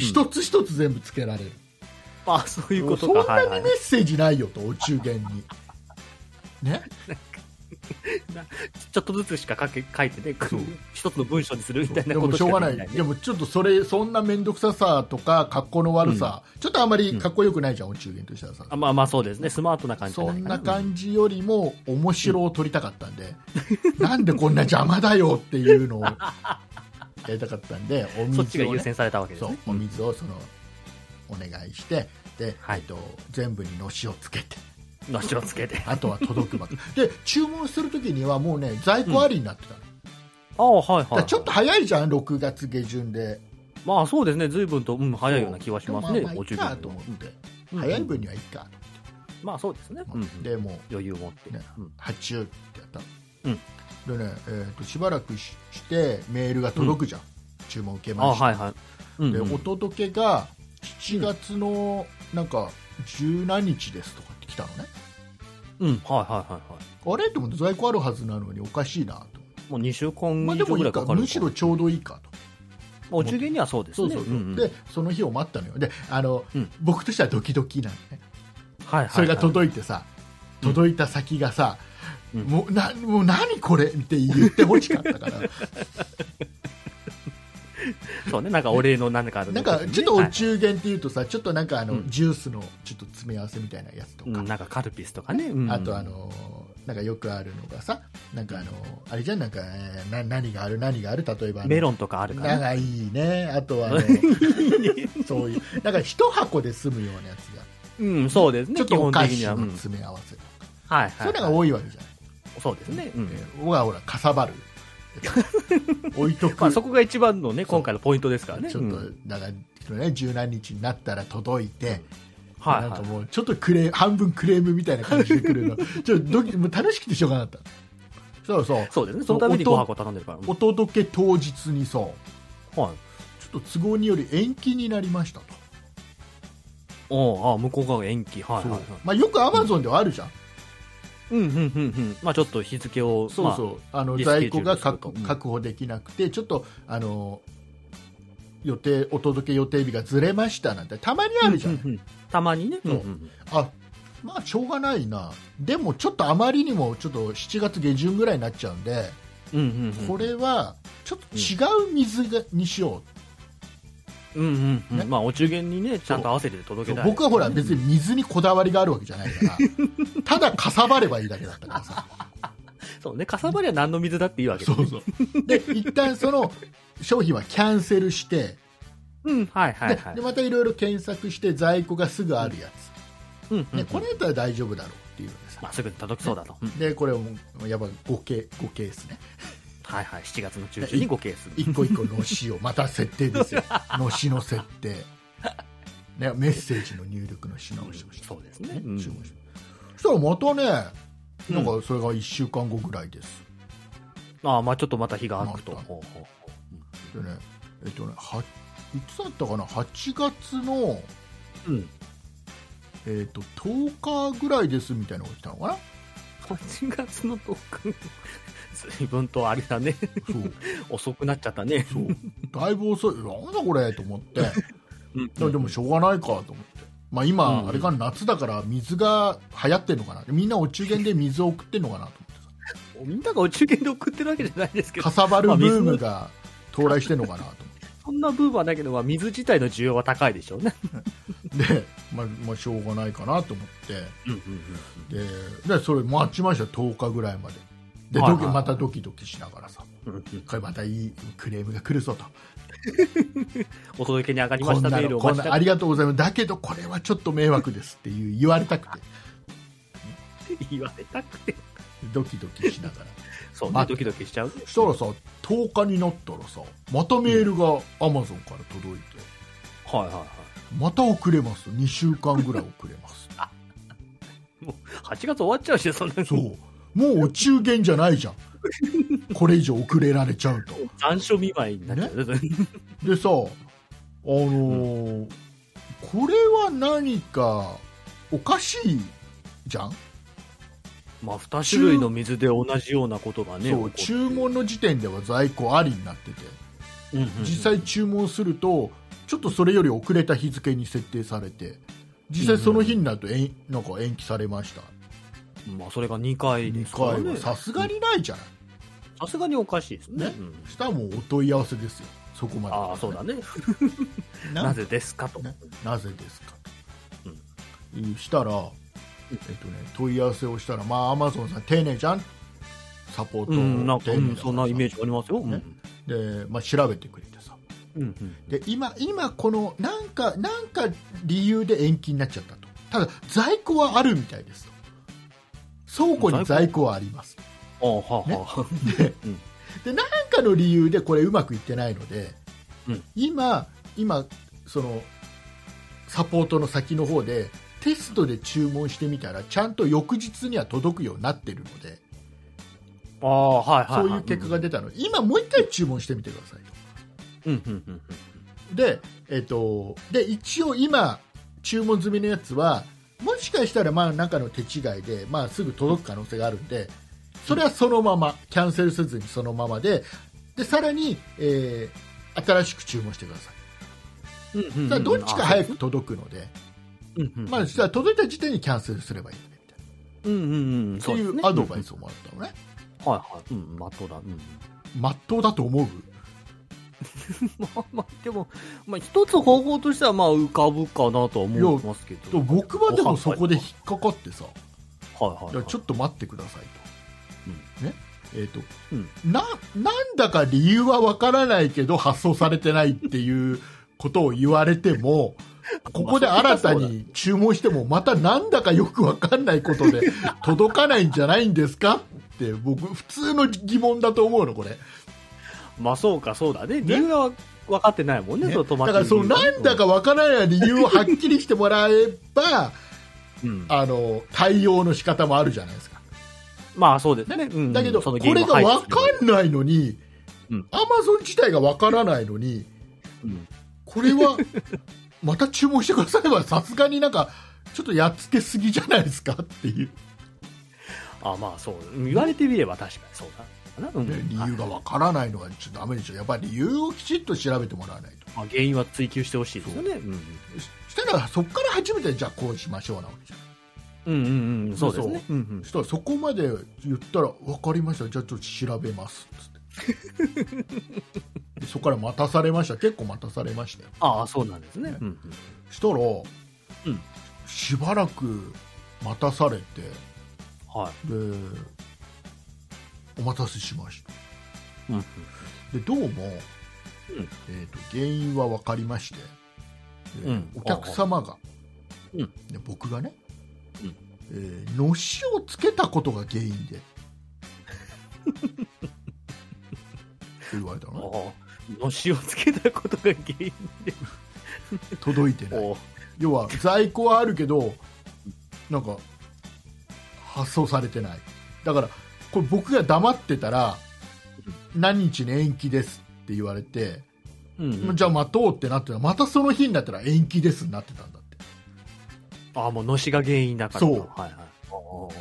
Speaker 3: うん
Speaker 2: 一つ一つ全部つけられる、
Speaker 3: あそういうこと
Speaker 2: そん
Speaker 3: か。
Speaker 2: な
Speaker 3: はい
Speaker 2: に
Speaker 3: は
Speaker 2: メ
Speaker 3: い
Speaker 2: ッ。セージないよと、お中元に。ね、
Speaker 3: ちょっとずつしか書け書いてね
Speaker 2: そう、
Speaker 3: 一つの文章にするみたい
Speaker 2: で
Speaker 3: なこ
Speaker 2: も
Speaker 3: と
Speaker 2: し
Speaker 3: し
Speaker 2: ょう
Speaker 3: か
Speaker 2: が
Speaker 3: で
Speaker 2: な、
Speaker 3: きないいね。
Speaker 2: でもちょっとそれ、そんな面倒くささとか、格好の悪さ、ちょっとあまりかっこよくないじゃん、お中元としてはさ、
Speaker 3: あまあまあそうですね、スマートな感じじゃ
Speaker 2: そ
Speaker 3: ない
Speaker 2: ん
Speaker 3: かな
Speaker 2: な感じよりも、面白を取りたかったんで、 なんでこんな邪魔だよっていうのをやりたかったんで、お
Speaker 3: そっち
Speaker 2: 水
Speaker 3: が
Speaker 2: を、
Speaker 3: 優
Speaker 2: ね
Speaker 3: 先されたわけです
Speaker 2: そう
Speaker 3: ね。
Speaker 2: お水をそのお願いして、で
Speaker 3: はい
Speaker 2: えっと、全部にのしをつけて。
Speaker 3: のしをつけて。
Speaker 2: あとは届くばっかりで注文するときにはもうね在庫ありになってた、のだ
Speaker 3: ああ、はい
Speaker 2: か
Speaker 3: は
Speaker 2: ら
Speaker 3: い。
Speaker 2: ちょっと早いじゃん6月下旬で
Speaker 3: まあそうですね、随分と、うん、早いような気はしますね
Speaker 2: でも、まあまあ
Speaker 3: お
Speaker 2: いい
Speaker 3: 中
Speaker 2: か
Speaker 3: 元
Speaker 2: と思って、
Speaker 3: うん
Speaker 2: 早い分にはいいか
Speaker 3: まあそうですね。
Speaker 2: と
Speaker 3: う
Speaker 2: 思
Speaker 3: ん
Speaker 2: って、でもう
Speaker 3: 余裕を持って。
Speaker 2: ね
Speaker 3: うん
Speaker 2: 発注ってやった
Speaker 3: うん
Speaker 2: の、でね、えー、としばらくししてメールが届くじゃん、注文受け
Speaker 3: あ
Speaker 2: ま
Speaker 3: あ、
Speaker 2: した、
Speaker 3: はいはい。うん
Speaker 2: で
Speaker 3: うん
Speaker 2: お届けが7月のなんか十何日ですとかって来たのね
Speaker 3: うん、はいはいはいは
Speaker 2: あれと思って在庫あるはずなのにおかしいなと思って
Speaker 3: い。もう2週間
Speaker 2: まあ
Speaker 3: 以
Speaker 2: で
Speaker 3: 上
Speaker 2: も
Speaker 3: ぐ
Speaker 2: い
Speaker 3: ら
Speaker 2: い
Speaker 3: いか
Speaker 2: か
Speaker 3: かる
Speaker 2: むしろちょうどいいかと
Speaker 3: お中元にはそうです
Speaker 2: そ
Speaker 3: ね。
Speaker 2: うそうそう、
Speaker 3: んん
Speaker 2: でその日を待ったのよであの、
Speaker 3: うん
Speaker 2: 僕としてはドキドキなのね
Speaker 3: はいはいはい
Speaker 2: それが届いてさ、
Speaker 3: うん
Speaker 2: 届いた先がさ、
Speaker 3: うん
Speaker 2: もうなもう何これって言ってほしかった から
Speaker 3: そうね、なんかお礼の何かある
Speaker 2: なん
Speaker 3: の
Speaker 2: かちょっとお
Speaker 3: ねはい
Speaker 2: 中元っていうとさちょっとなんかあの、
Speaker 3: うん
Speaker 2: ジュースのちょっと詰め合わせみたいなやつとか、
Speaker 3: うんなんかカルピスとかね。うん
Speaker 2: あとあ、のなんかよくあるのがさなんかあのあれじゃんなんか、えーな何がある何がある例えばあの
Speaker 3: メロンとかあるか
Speaker 2: なん
Speaker 3: ら。
Speaker 2: かいいねあと はあのそういうなんか一箱で済むようなやつが
Speaker 3: うん、そうですね。
Speaker 2: ちょっとお菓
Speaker 3: 基
Speaker 2: 子
Speaker 3: 本的にはう
Speaker 2: の
Speaker 3: ん
Speaker 2: 詰め合わせとか、
Speaker 3: はい
Speaker 2: そういうの
Speaker 3: は
Speaker 2: が多いわけじゃない。
Speaker 3: い。そうですね。うん。
Speaker 2: えー僕はほら、かさば る。置いとく。
Speaker 3: まあそこが一番のね、今回のポイントですからね。
Speaker 2: ちょっと
Speaker 3: うん、
Speaker 2: だから、ね、十何日になったら届いて、
Speaker 3: はい
Speaker 2: なんか
Speaker 3: はい。
Speaker 2: もう、ちょっとクレーム半分クレームみたいな感じで来る の。ちょっとドキ、もう楽しくてしょうがなかった。そうそう。
Speaker 3: そうですね。そのため
Speaker 2: お
Speaker 3: に
Speaker 2: と
Speaker 3: 5箱頼んでるから。うん
Speaker 2: お届け当日にそう、
Speaker 3: はい。
Speaker 2: ちょっと都合により延期になりましたと。
Speaker 3: おうああ、向こう側が延期。はい
Speaker 2: そう
Speaker 3: はいはい。
Speaker 2: まあ、よくアマゾンではあるじゃん。
Speaker 3: うんうんうんうん。まあちょっと日付を、
Speaker 2: そうそう、あ、の
Speaker 3: リスケジ
Speaker 2: 在
Speaker 3: ュール
Speaker 2: 庫が
Speaker 3: すると
Speaker 2: 確
Speaker 3: うん
Speaker 2: 確保できなくて、ちょっとあの予定お届け予定日がずれましたなんてたまにあるじゃん、
Speaker 3: うんうんたまにね。
Speaker 2: そう
Speaker 3: うんうん
Speaker 2: あまあしょうがないな、でもちょっとあまりにもちょっと7月下旬ぐらいになっちゃうんで、
Speaker 3: うんうんうん
Speaker 2: これはちょっと違う水が、にしよ
Speaker 3: うんうんうん
Speaker 2: ね
Speaker 3: まあお中元にねちゃんと合わせて
Speaker 2: う
Speaker 3: 届
Speaker 2: と
Speaker 3: けたい
Speaker 2: 僕はほら別に水にこだわりがあるわけじゃない からただかさばればいいだけだったからさ
Speaker 3: そうねかさばりは何の水だっていいわけで
Speaker 2: そうそうで一旦その商品はキャンセルして
Speaker 3: うんはいはい
Speaker 2: で
Speaker 3: はい
Speaker 2: でまたいろいろ検索して在庫がすぐあるやつ、
Speaker 3: うんうんう
Speaker 2: ね、
Speaker 3: ん
Speaker 2: これだったら大丈夫だろうっていうのでさ
Speaker 3: まあすぐに届きそうだとうん
Speaker 2: でこれをやばい5ケ5ケースね
Speaker 3: はいはい7月の中旬に5ケース
Speaker 2: 一個一個のしをまた設定です よのしの設定、ね、メッセージの入力のし直しをして、
Speaker 3: そうですねう
Speaker 2: ね
Speaker 3: ん
Speaker 2: 注文してそしたらまたね
Speaker 3: うん
Speaker 2: なんかそれが1週間後ぐらいです、
Speaker 3: ああまあちょっとまた日が空くと
Speaker 2: まあ
Speaker 3: ほうほうほ
Speaker 2: でねえっとねはいつだったかな8月の、
Speaker 3: ううん
Speaker 2: えっと10日ぐらいですみたいなのが来たのかな
Speaker 3: 8月の10日随分とあれだね
Speaker 2: そう
Speaker 3: 遅くなっちゃったね
Speaker 2: そうだいぶ遅いなんだこれと思って
Speaker 3: うん
Speaker 2: でもでもしょうがないかと思って、まあ、今、
Speaker 3: うん
Speaker 2: あれかな夏だから水が流行ってるのかなみんなお中元で水を送ってるのかなと思って
Speaker 3: みんながお中元で送ってるわけじゃないですけ
Speaker 2: さか
Speaker 3: ど
Speaker 2: さばるブームが到来してるのかなと思
Speaker 3: そんなブームはないけどまあ水自体の需要は高いでしょうね
Speaker 2: ってで、まあまあ、しょうがないかなと思っ
Speaker 3: うんうんうん
Speaker 2: てででそれ待ちました10日ぐらいまでで
Speaker 3: はいはい
Speaker 2: ドキまたドキドキしながらさ
Speaker 3: うんうんうん
Speaker 2: これまたいいクレームが来るぞと
Speaker 3: お届けに上がりま
Speaker 2: こ
Speaker 3: し
Speaker 2: ん
Speaker 3: た
Speaker 2: な
Speaker 3: メール
Speaker 2: の
Speaker 3: をお
Speaker 2: こ
Speaker 3: 待
Speaker 2: ん
Speaker 3: ちし
Speaker 2: な
Speaker 3: て
Speaker 2: ありがとうございますだけどこれはちょっと迷惑ですっていう言われたくて
Speaker 3: 言われたくて。
Speaker 2: ドキドキしながら
Speaker 3: そう
Speaker 2: ま
Speaker 3: ね、ドキドキしちゃうね。
Speaker 2: そしたらさ10日になったらさまたメールがアマゾンから届いて、
Speaker 3: はいはいは
Speaker 2: また遅れます2週間ぐらい遅れます
Speaker 3: い。もう、8月終わっちゃうし、そんなに。
Speaker 2: そうもうお中元じゃないじゃんこれ以上遅れられちゃうと
Speaker 3: 残暑見舞いになっちゃう。
Speaker 2: でさあのーこれは何かおかしいじゃん、
Speaker 3: まあ、2種類の水で同じようなことがね。
Speaker 2: そう
Speaker 3: 起こ
Speaker 2: 注文の時点では在庫ありになってて
Speaker 3: るうんうん
Speaker 2: 実際注文するとちょっとそれより遅れた日付に設定されて実際その日になるとえんなんか延期されました
Speaker 3: まあ、それが2回で
Speaker 2: 2
Speaker 3: すから
Speaker 2: 回
Speaker 3: ね。
Speaker 2: はさすがにないじゃない
Speaker 3: さすがにおかしいですね。
Speaker 2: ね
Speaker 3: うん
Speaker 2: したらもうお問い合わせですよそこまで
Speaker 3: ああ、そうだね。
Speaker 2: な
Speaker 3: なぜですかと。
Speaker 2: ねなぜですかと、したら、えっとね、問い合わせをしたらまあアマゾンさん丁寧じゃんサポート
Speaker 3: うん、なんか、
Speaker 2: 丁
Speaker 3: う
Speaker 2: 寧
Speaker 3: ん
Speaker 2: だ
Speaker 3: そんなイメー
Speaker 2: ジ
Speaker 3: ジありますよ。うん
Speaker 2: ねで、まあ、調べてくれてさ
Speaker 3: うんうん
Speaker 2: で今今このなんかなんか理由で延期になっちゃったとただ在庫はあるみたいですと倉庫に在庫はあります
Speaker 3: ああ、はあ、はあ。
Speaker 2: で
Speaker 3: うん
Speaker 2: でなんかの理由でこれうまくいってないので、
Speaker 3: うん
Speaker 2: 今今そのサポートの先の方でテストで注文してみたらちゃんと翌日には届くようになってるので
Speaker 3: ああ、はいはい
Speaker 2: そ
Speaker 3: は
Speaker 2: う
Speaker 3: い。
Speaker 2: いう結果が出たので、今もう一回注文してみてくださいと
Speaker 3: うんうんうん
Speaker 2: で,、えっとで一応今注文済みのやつはもしかしたらまあ中の手違いで、まあ、すぐ届く可能性があるんでそれはそのままキャンセルせずにそのままででさらに、えー新しく注文してください
Speaker 3: うんうんうんうん。
Speaker 2: だからどっちか
Speaker 3: く。
Speaker 2: 早く届くので、
Speaker 3: うんうん
Speaker 2: まあ、したら届いた時点にキャンセルすればいいよねみたいな
Speaker 3: うんうんうん。
Speaker 2: そ
Speaker 3: そうう
Speaker 2: い
Speaker 3: ですね
Speaker 2: うアドバイスをもらったのね
Speaker 3: はいはい。うん、まっとうだ。うん。
Speaker 2: まっとうだと思う
Speaker 3: まあまあ、でも、まあ、一つ方法としては、まあ、浮かぶかなとは思いますけ
Speaker 2: と
Speaker 3: ど。
Speaker 2: 僕はでもそこで引っかかってさ
Speaker 3: はいはい、
Speaker 2: だか
Speaker 3: は
Speaker 2: ら
Speaker 3: い。
Speaker 2: ちょっと待ってくださいと、ねえーと
Speaker 3: うん
Speaker 2: ななんだか 理由はわからないけど発送されてないっていうことを言われてもここで新たに注文しても、またなんだかよくわかんないこと で、届かないんじゃないんですかって、僕、普通の疑問だと思うの、これ。
Speaker 3: まあそうか、そうだね。理由は分かってないもんね、
Speaker 2: ね
Speaker 3: その
Speaker 2: だ
Speaker 3: 止まって
Speaker 2: から、その、なんだかわからない理由をはっきりしてもらえば、
Speaker 3: うん、
Speaker 2: あの、対応の仕方もあるじゃないですか。
Speaker 3: まあそうですね。うん
Speaker 2: だけど、
Speaker 3: そ
Speaker 2: こ
Speaker 3: のゲーム
Speaker 2: れ
Speaker 3: を
Speaker 2: が
Speaker 3: 排除
Speaker 2: わ
Speaker 3: するのは
Speaker 2: かんないのに
Speaker 3: うん、
Speaker 2: アマゾン自体がわからないのに、
Speaker 3: うん
Speaker 2: これは また注文してくださいはさすがになんかちょっとやっつけすぎじゃないですかっていう
Speaker 3: あまあそう。うん言われてみれば確かにそうだな。うん
Speaker 2: ね理由が
Speaker 3: はい
Speaker 2: わからないのはちょっとダメでしょやっぱり理由をきちっと調べてもらわないと
Speaker 3: まあ、原因は追求してほしいですよね。うん
Speaker 2: そしたらそこから初めてじゃあこうしましょうなわけじゃん
Speaker 3: うんうんうん、そうですね。うんうん
Speaker 2: そしたらそこまで言ったら分かりましたじゃあちょっと調べますっつって でそこから待たされました結構待たされましたよ
Speaker 3: ああ、そうなんですね。うんうん
Speaker 2: そしたら、
Speaker 3: ん
Speaker 2: しばらく待たされて
Speaker 3: は
Speaker 2: でお待たせしました
Speaker 3: い。うんうん
Speaker 2: でどうも、
Speaker 3: うん
Speaker 2: えー、と原因は分かりまして、えー
Speaker 3: うん
Speaker 2: お客様が、
Speaker 3: うん
Speaker 2: で僕がね、
Speaker 3: うん
Speaker 2: えーのしをつけたことが原因でっ て言われた
Speaker 3: あ
Speaker 2: のね
Speaker 3: あのしをつけたことが原因
Speaker 2: 届いてない
Speaker 3: を
Speaker 2: 要は在庫はあるけどなんか発送されてないだからこれ僕が黙ってたら何日に延期ですって言われて、
Speaker 3: うんうん
Speaker 2: じゃあ待とうってなってたらまたその日になったら延期ですになってたんだっ
Speaker 3: ああ、もうのしが原因だから。
Speaker 2: そう
Speaker 3: はいはい。おー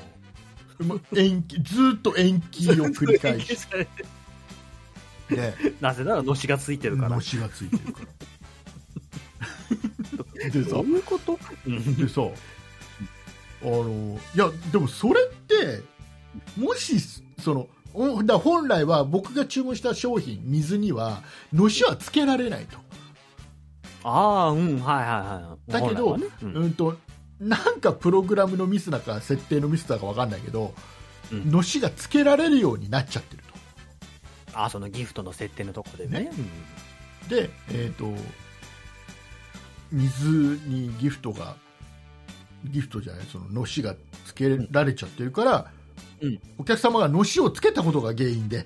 Speaker 2: てま延期ずーっと延期を繰り 返して
Speaker 3: なぜならのしがついてるから。
Speaker 2: のしがついてる からでさ
Speaker 3: どういうことうん
Speaker 2: でさあのいやでもそれってもしそのおだ本来は僕が注文した商品水にはのしはつけられないと
Speaker 3: ああ、うん、はいはいはい。
Speaker 2: だけど
Speaker 3: 本来はねうん
Speaker 2: うんとなんかプログラムのミスだか設定のミスだかわかんないけど、
Speaker 3: うん
Speaker 2: のしがつけられるようになっちゃってる
Speaker 3: あそのギフトの設定のとこでね
Speaker 2: ねとで、えー、と水にギフトがギフトじゃないそののしがつけられちゃってるから、
Speaker 3: うん
Speaker 2: お客様がのしをつけたことが原因で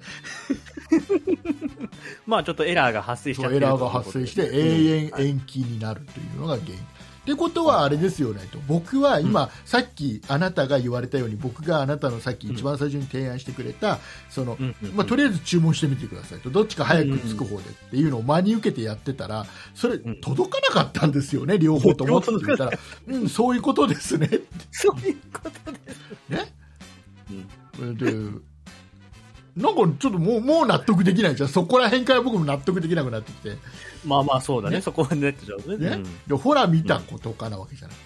Speaker 3: まあちょっとエラーが発生しち
Speaker 2: そ
Speaker 3: ゃ
Speaker 2: う
Speaker 3: って
Speaker 2: エ
Speaker 3: るとい
Speaker 2: ラ
Speaker 3: う
Speaker 2: ーが
Speaker 3: こと
Speaker 2: 発
Speaker 3: で
Speaker 2: 生して
Speaker 3: うん
Speaker 2: 永遠
Speaker 3: はい
Speaker 2: 延期になるというのが原因。ってことはあれですよねと僕は今、さっきあなたが言われたように僕があなたのさっき一番最初に提案してくれたその、
Speaker 3: うんうんうん
Speaker 2: まあ、とりあえず注文してみてくださいとどっちか早く着く方でっていうのを真に受けてやってたらそれ
Speaker 3: ん
Speaker 2: 届かなかったんですよね両方ともって言ったら、うん、そういうことですね って
Speaker 3: そういうことです。
Speaker 2: ね
Speaker 3: うん
Speaker 2: でなんかちょっともうもう納得できないじゃんそこら辺から僕も納得できなくなってきて。
Speaker 3: まあまあそうだね。
Speaker 2: ね
Speaker 3: そこはねってちゃうね。
Speaker 2: ねでほら見たことかなわけじゃない、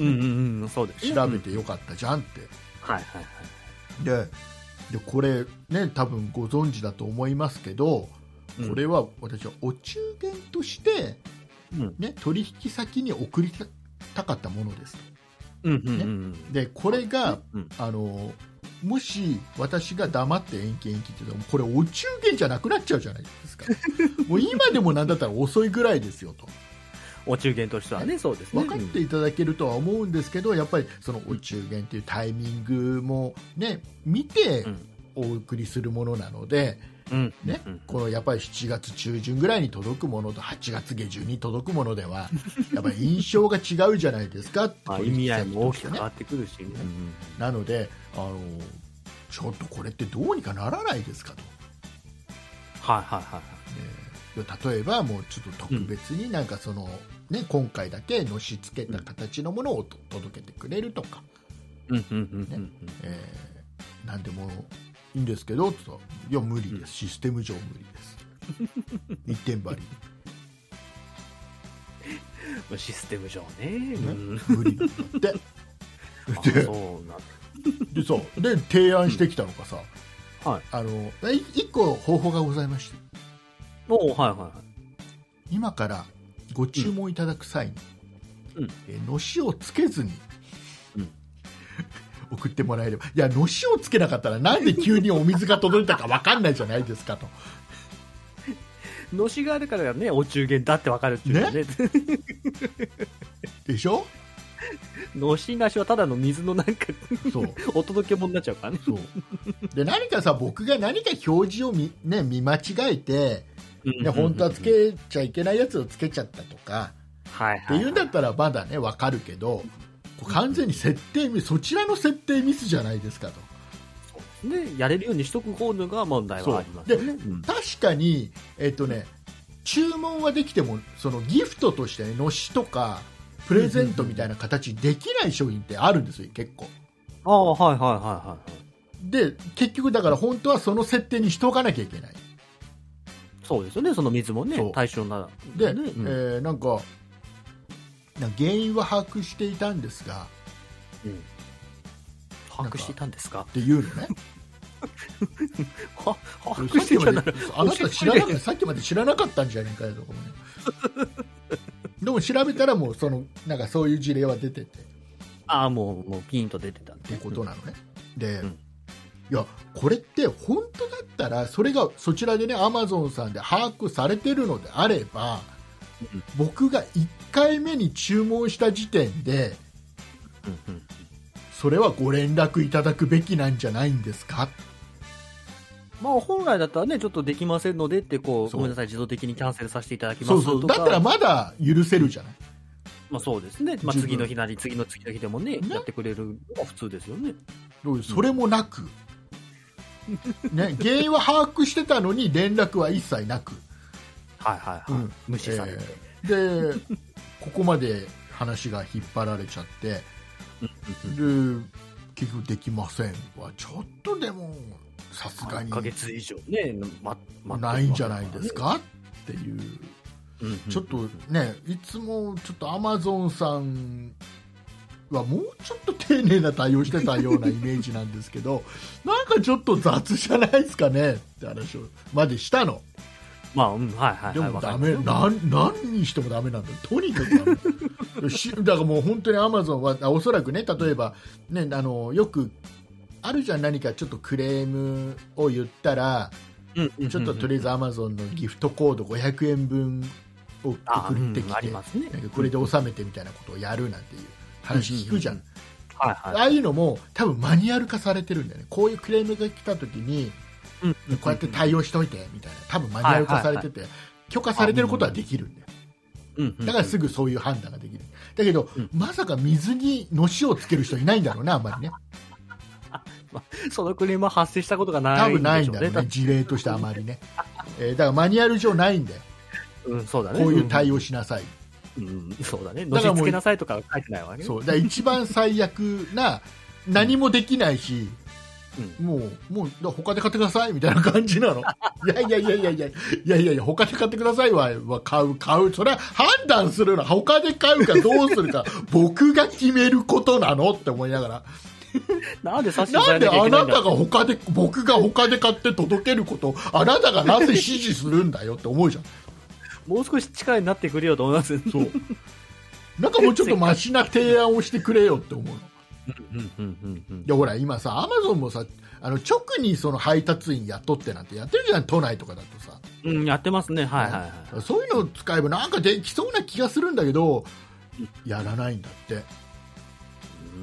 Speaker 3: うんうんうんうん、そうですね。
Speaker 2: 調べ
Speaker 3: うん
Speaker 2: てよかったじゃんって、
Speaker 3: はいはいはい。
Speaker 2: ででこれね多分ご存知だと思いますけど
Speaker 3: うん
Speaker 2: これは私はお中元として、
Speaker 3: うん
Speaker 2: ね、取引先に送りたかったものです
Speaker 3: うんうんうん
Speaker 2: でこれが
Speaker 3: うん。
Speaker 2: あのもし私が黙って延期延期って言ったらこれお中元じゃなくなっちゃうじゃないです かもう今でもなんだったら遅いぐらいですよと
Speaker 3: お中元としてはね、そうですね。
Speaker 2: 分かっていただけるとは思うんですけど、やっぱりそのお中元というタイミングも、ね、見て
Speaker 3: うん
Speaker 2: お送りするものなので、
Speaker 3: うん。
Speaker 2: ね
Speaker 3: うん
Speaker 2: このやっぱり7月中旬ぐらいに届くものと8月下旬に届くものでは やっぱり印象が違うじゃないですか
Speaker 3: まあ意味合いも大きく
Speaker 2: ね
Speaker 3: 変わってくるしね。うん
Speaker 2: なのであのちょっとこれってどうにかならないですかと。
Speaker 3: はいはいはいはい。
Speaker 2: えー例えばもうちょっと特別になんかその、ね、今回だけのしつけた形のものをと届けてくれるとか、
Speaker 3: うんうんうんうん
Speaker 2: えーなんでもいいんですけどって言ったらいや無理ですシステム上無理 です一点張り、
Speaker 3: うん。システム上ね。 う ん
Speaker 2: ね、無理なんだって
Speaker 3: あ
Speaker 2: で
Speaker 3: そうなん
Speaker 2: でさで提案してきたのがさ、
Speaker 3: だはい。
Speaker 2: あのい一個方法がございまして
Speaker 3: おうはいはいはい。
Speaker 2: 今からご注文いただく際に、
Speaker 3: うん
Speaker 2: えーのしをつけずに、
Speaker 3: うん
Speaker 2: 送ってもらえればいやのしをつけなかったらなんで急にお水が届いたかわかんないじゃないですかと
Speaker 3: のしがあるからね、お中元だってわかるっていうのは ね。
Speaker 2: でしょ
Speaker 3: のしなしはただの水のなんか、
Speaker 2: そう
Speaker 3: お届け物になっちゃうからね。
Speaker 2: そうで何かさ僕が何か表示を見,、ね、見間違えて、ね、本当はつけちゃいけないやつをつけちゃったとか
Speaker 3: はい
Speaker 2: っ
Speaker 3: は
Speaker 2: て
Speaker 3: い。
Speaker 2: いうんだったらまだね分かるけどこう完全に設定ミスそちらの設定ミスじゃないですかと
Speaker 3: ね、やれるようにしとく方のが問題はあります
Speaker 2: で
Speaker 3: よね。うん
Speaker 2: 確かに、えっとね、注文はできてもそのギフトとして、ね、のしとかプレゼントみたいな形できない商品ってあるんですよ結構
Speaker 3: ああ、はいはいはいはい。
Speaker 2: で結局だから本当はその設定にしておかなきゃいけない
Speaker 3: そうですよね、その水も
Speaker 2: そう
Speaker 3: ね、対象な
Speaker 2: で、
Speaker 3: ねうん
Speaker 2: えーなんかなんか原因は把握していたんですが
Speaker 3: 把握していたんですか
Speaker 2: っていうのね
Speaker 3: は把
Speaker 2: さっ
Speaker 3: 握して
Speaker 2: き
Speaker 3: いた
Speaker 2: ま
Speaker 3: な
Speaker 2: で
Speaker 3: ら、
Speaker 2: あなた知らなかっ たさっきまで知らなかったんじゃねえかよとかもねでも調べたらもうそのなんかそういう事例は出てて
Speaker 3: ああ、もう、もうピンと出てたっ
Speaker 2: っていうことなのね。で、
Speaker 3: うん
Speaker 2: いやこれって本当だったらそれがそちらでねアマゾンさんで把握されてるのであれば、
Speaker 3: うん
Speaker 2: 僕が1回目に注文した時点で
Speaker 3: うんうん
Speaker 2: それはご連絡いただくべきなんじゃないんですか
Speaker 3: まあ、本来だったらね、ちょっとできませんのでって、こう、
Speaker 2: そう
Speaker 3: ごめんなさい、自動的にキャンセルさせていただき
Speaker 2: そ
Speaker 3: ま
Speaker 2: う
Speaker 3: す
Speaker 2: そう
Speaker 3: と
Speaker 2: だ
Speaker 3: か。
Speaker 2: ったらまだ許せるじゃない
Speaker 3: まあそうですね。まあ
Speaker 2: 自分
Speaker 3: 次の日なり、次の次の日でもね、
Speaker 2: ね
Speaker 3: やってくれるのが普通ですよね。
Speaker 2: どういうそれもな く、ね、原因は把握してたのに連絡は一切なく、
Speaker 3: はいはいはい。
Speaker 2: うん
Speaker 3: 無視されて。
Speaker 2: えーでここまで話が引っ張られちゃって。で結局できませんはちょっとでもさすが
Speaker 3: 1
Speaker 2: に
Speaker 3: ヶ月以上ね、ま、待って
Speaker 2: ないんじゃないですかっていう
Speaker 3: うんうん
Speaker 2: ちょっとねいつもちょっとアマゾンさんはもうちょっと丁寧な対応してたようなイメージなんですけど なんかちょっと雑じゃないですかねって話をまでしたの
Speaker 3: まあ、うん、はいはいはい。
Speaker 2: でも
Speaker 3: わか
Speaker 2: ダ
Speaker 3: り
Speaker 2: メ、
Speaker 3: ます
Speaker 2: なん何にしてもダメなんだとにかくダメし だからもう本当にアマゾンはあおそらくね例えばねあのよくあるじゃん何かちょっとクレームを言ったら
Speaker 3: うんうん
Speaker 2: ちょっととりあえずアマゾンのギフトコード500円分を
Speaker 3: あ
Speaker 2: 送って
Speaker 3: うん
Speaker 2: き
Speaker 3: あ
Speaker 2: て、
Speaker 3: りますね
Speaker 2: なんかこれで納めてみたいなことをやるなんていう話聞くじゃん、
Speaker 3: うはいはい。
Speaker 2: ああいうのも多分マニュアル化されてるんだよねこういうクレームが来た時に
Speaker 3: うんうん
Speaker 2: こうやって対応しといてみたいな多分マニュアル化されてて許可されてることはできるんだよ
Speaker 3: うんうん
Speaker 2: だからすぐそういう判断ができる。だけど、
Speaker 3: うん
Speaker 2: まさか水にのしをつける人いないんだろうな、あんまりね。
Speaker 3: そのクレームは発生したことがな
Speaker 2: 多
Speaker 3: いん
Speaker 2: 分ない
Speaker 3: でし
Speaker 2: ん
Speaker 3: ょ
Speaker 2: だ
Speaker 3: うね。
Speaker 2: ろうね、事例としてあまりね。えーだからマニュアル上ないんだよ。
Speaker 3: うん、そうだね。
Speaker 2: こういう対
Speaker 3: 応。
Speaker 2: 応しなさい。
Speaker 3: うん、そうだ
Speaker 2: だ
Speaker 3: ね。の
Speaker 2: から
Speaker 3: し
Speaker 2: もう
Speaker 3: つけなさいとかは書いてないわけね。
Speaker 2: そう。だから一番最悪な、何もできないし、
Speaker 3: う
Speaker 2: もう、もう、だから他で買ってくださいみたいな感じ なの。いやいやいやいやいや、いやいやいや、他で買ってくださいは、は買う、買う。それは判断するの。他で買うかどうす るか、僕が決めることなのって思いながら。
Speaker 3: なんで差し支
Speaker 2: な
Speaker 3: え
Speaker 2: んで
Speaker 3: なきゃい
Speaker 2: あ
Speaker 3: けない
Speaker 2: なん
Speaker 3: だ
Speaker 2: た
Speaker 3: ろ
Speaker 2: が他で僕が他で買って届けることをあなたがなぜ支持するんだよって思うじゃん
Speaker 3: うもう少し力になってくれよと思います。うん
Speaker 2: そうなんかもうちょっとマシな提案をしてくれよって思う
Speaker 3: うんうんうん
Speaker 2: でほら今さアマゾンもさあの直にその配達員雇ってなんてやってるじゃん都内とかだとさ
Speaker 3: うん、やってますね。はいはいはい。
Speaker 2: そういうのを使えばなんかできそうな気がするんだけどやらないんだって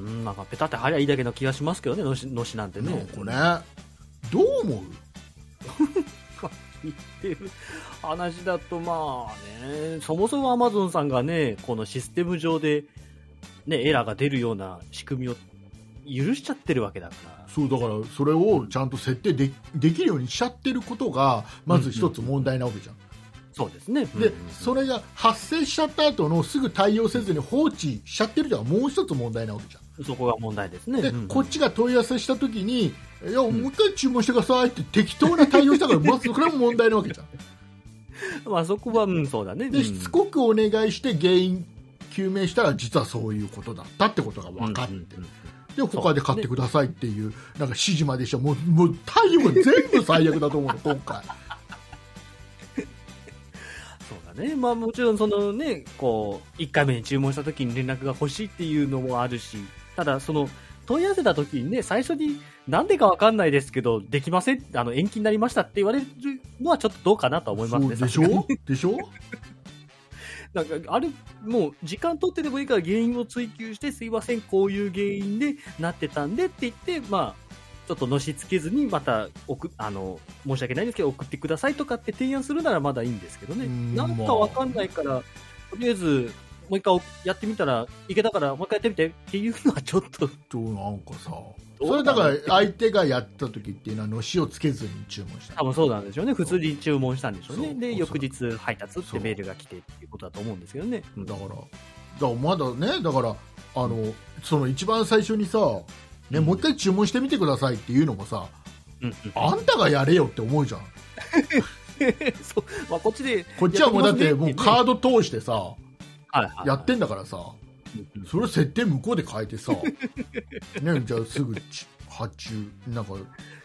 Speaker 3: うん、なんかペタって貼りゃいいだけの気がしますけどね、のしのしなんて
Speaker 2: なん
Speaker 3: ね。
Speaker 2: かねどう思う
Speaker 3: 言ってる話だとまあね、そもそもアマゾンさんがね、このシステム上で、ね、エラーが出るような仕組みを許しちゃってるわけだから。
Speaker 2: そうだからそれをちゃんと設定でできるようにしちゃってることがまず一つ問題なわけじゃん
Speaker 3: そうですね。
Speaker 2: で、
Speaker 3: うんうんうん
Speaker 2: それが発生しちゃった後のすぐ対応せずに放置しちゃってるのがもう一つ問題なわけじゃん。
Speaker 3: そこが問題ですね。
Speaker 2: で、
Speaker 3: うんうん
Speaker 2: こっちが問い合わせした時に、いや、もう一回注文してくださいって適当な対応したから、まずこれも問題なわけじゃん。
Speaker 3: まあそこは、うん、そうだね。う
Speaker 2: で、
Speaker 3: ん
Speaker 2: しつこくお願いして原因究明したら、実はそういうことだったってことが分かって、
Speaker 3: うんうんうん
Speaker 2: で、他で買ってくださいっていう、なんか指示までしたもう、もう対応が全部最悪だと思うの、今回。
Speaker 3: そうだね。まあもちろんそのね、こう、1回目に注文した時に連絡が欲しいっていうのもあるし、ただその、問い合わせた時にね、最初になんでかわかんないですけど、できません、あの、延期になりましたって言われるのはちょっとどうかなとは思います
Speaker 2: そ
Speaker 3: ね。
Speaker 2: うでし
Speaker 3: さすがに
Speaker 2: ょでしょ
Speaker 3: なんか、あれ、もう、時間取ってでもいいから原因を追求して、すいません、こういう原因でなってたんでって言って、まあ、ちょっとのしつけずに、また、送、あの、申し訳ないですけど、送ってくださいとかって提案するならまだいいんですけどね
Speaker 2: う。ん
Speaker 3: なんかわかんないから、とりあえず、もう一回やってみたらいけたから、もう一回やってみてっていうのはちょっと、
Speaker 2: どうなんかさ
Speaker 3: どう
Speaker 2: それ
Speaker 3: なの
Speaker 2: だから相手がやった時っていうのはのしをつけずに注文した
Speaker 3: 多分そうなんでしょうね。普通に注文したんでしょうね。
Speaker 2: そう
Speaker 3: で、
Speaker 2: そう
Speaker 3: 翌日配達ってメールが来てっていうことだと思うんですけどね。うん
Speaker 2: だからだからまだねだからあのその一番最初にさ、ね、
Speaker 3: うん
Speaker 2: もう一回注文してみてくださいっていうのもさ
Speaker 3: うん
Speaker 2: あんたがやれよって思うじゃん
Speaker 3: そう。まあ、こっちで。
Speaker 2: こっちはもうだって
Speaker 3: やます
Speaker 2: も
Speaker 3: ね
Speaker 2: うカード通してさ
Speaker 3: はいはいはい
Speaker 2: やってんだからさ
Speaker 3: うん
Speaker 2: それ設定向こうで変えて さ、ね、じゃあすぐち発注なんか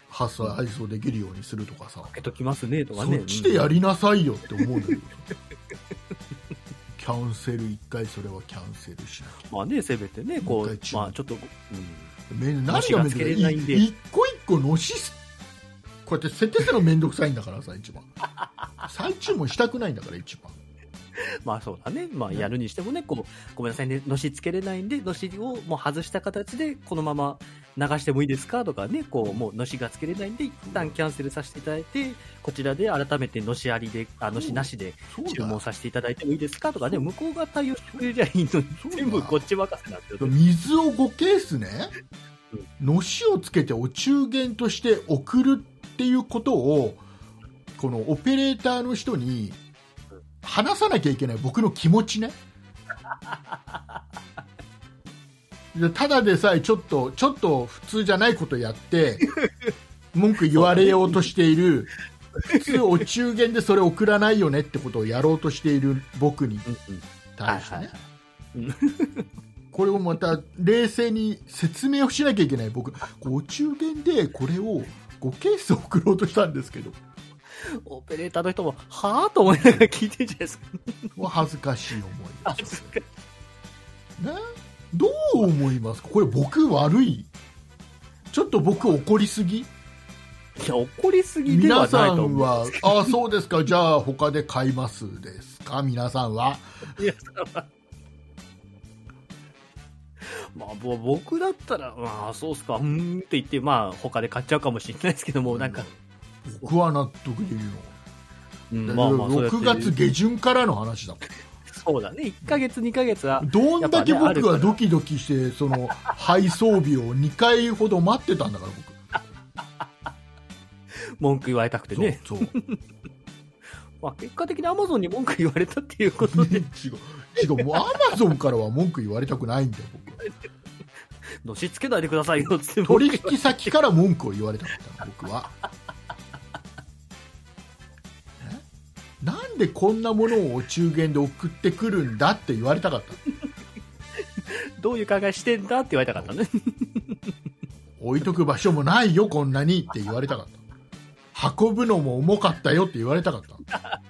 Speaker 2: 発送配送できるようにするとかさ
Speaker 3: 開けときますねとか
Speaker 2: そ
Speaker 3: ね。
Speaker 2: っちでやりなさいよって思うんだけどさキャンセル1回それはキャンセルしなきゃ
Speaker 3: うんまあね、せめてね、こ
Speaker 2: もう一
Speaker 3: う
Speaker 2: 回、注意
Speaker 3: まあちょっと、うん、
Speaker 2: め何
Speaker 3: のし
Speaker 2: が
Speaker 3: が
Speaker 2: めん
Speaker 3: つ
Speaker 2: ど
Speaker 3: け
Speaker 2: くさ
Speaker 3: れ
Speaker 2: い
Speaker 3: ないんで
Speaker 2: い一個一個のしこうやって設定するのめんどくさいんだからさ一番 再注文したくないんだから一番
Speaker 3: まあそうだね。まあ
Speaker 2: ね
Speaker 3: やるにしてもね、こう、ごめんなさいね、のしつけれないんで、のしをもう外した形で、このまま流してもいいですかとかね、こう、もうのしがつけれないんで、一旦キャンセルさせていただいて、こちらで改めてのしありで、あのしなしで
Speaker 2: そう
Speaker 3: 注
Speaker 2: だ
Speaker 3: 文
Speaker 2: よ
Speaker 3: させていただいてもいいですかとかね、向こうが対応してくれりゃいいのに
Speaker 2: そう、だ
Speaker 3: 全部こっち任せなんですよね。
Speaker 2: 水を5ケースねのしをつけてお中元として送るっていうことをこのオペレーターの人に話さなきゃいけない僕の気持ちねでただでさえちょっとちょっと普通じゃないことやって文句言われようとしている普通お中元でそれ送らないよねってことをやろうとしている僕に
Speaker 3: うんうん。
Speaker 2: 対してね
Speaker 3: はいはい。
Speaker 2: これをまた冷静に説明をしなきゃいけない僕お中元でこれを5ケース送ろうとしたんですけど
Speaker 3: オペレーターの人も、はぁと思いながら聞いてるじゃないですか。
Speaker 2: は恥ずかしい思いです、ね、どう思いますかこれ僕悪いちょっと僕怒りすぎ
Speaker 3: いや、怒りすぎで
Speaker 2: 皆
Speaker 3: はない
Speaker 2: さ
Speaker 3: と
Speaker 2: ん
Speaker 3: 思う。
Speaker 2: はああそうですかじゃあ他で買いますですか皆さんは
Speaker 3: 皆さんはまあ、ぼ僕だったら、まあ、そうっすか、うーんって言って、まあ、他で買っちゃうかもしれないですけども、なんか、
Speaker 2: 僕は納得できる
Speaker 3: うん
Speaker 2: の、
Speaker 3: まあまあ、そうやって
Speaker 2: 6月下旬からの話だもん
Speaker 3: そうだね、1ヶ月、2ヶ月は、
Speaker 2: どんだけ
Speaker 3: やっぱねある
Speaker 2: 僕
Speaker 3: か
Speaker 2: は
Speaker 3: ら
Speaker 2: ドキドキしてその配送日を2回ほど待ってたんだから
Speaker 3: 文句言われたくて
Speaker 2: 僕、
Speaker 3: ね、
Speaker 2: そうそう
Speaker 3: まあ、結果的に Amazon に文句言われたっていうこと
Speaker 2: 違
Speaker 3: で、
Speaker 2: う違うもうアマゾンからは文句言われたくないんだよ僕
Speaker 3: のしつけないでくださいよっつって、
Speaker 2: 取引先から文句を言われたかったの僕はえなんでこんなものをお中元で送ってくるんだって言われたかった
Speaker 3: どういう考えしてんだって言われたかったね。
Speaker 2: 置いとく場所もないよこんなにって言われたかった運ぶのも重かったよって言われたかった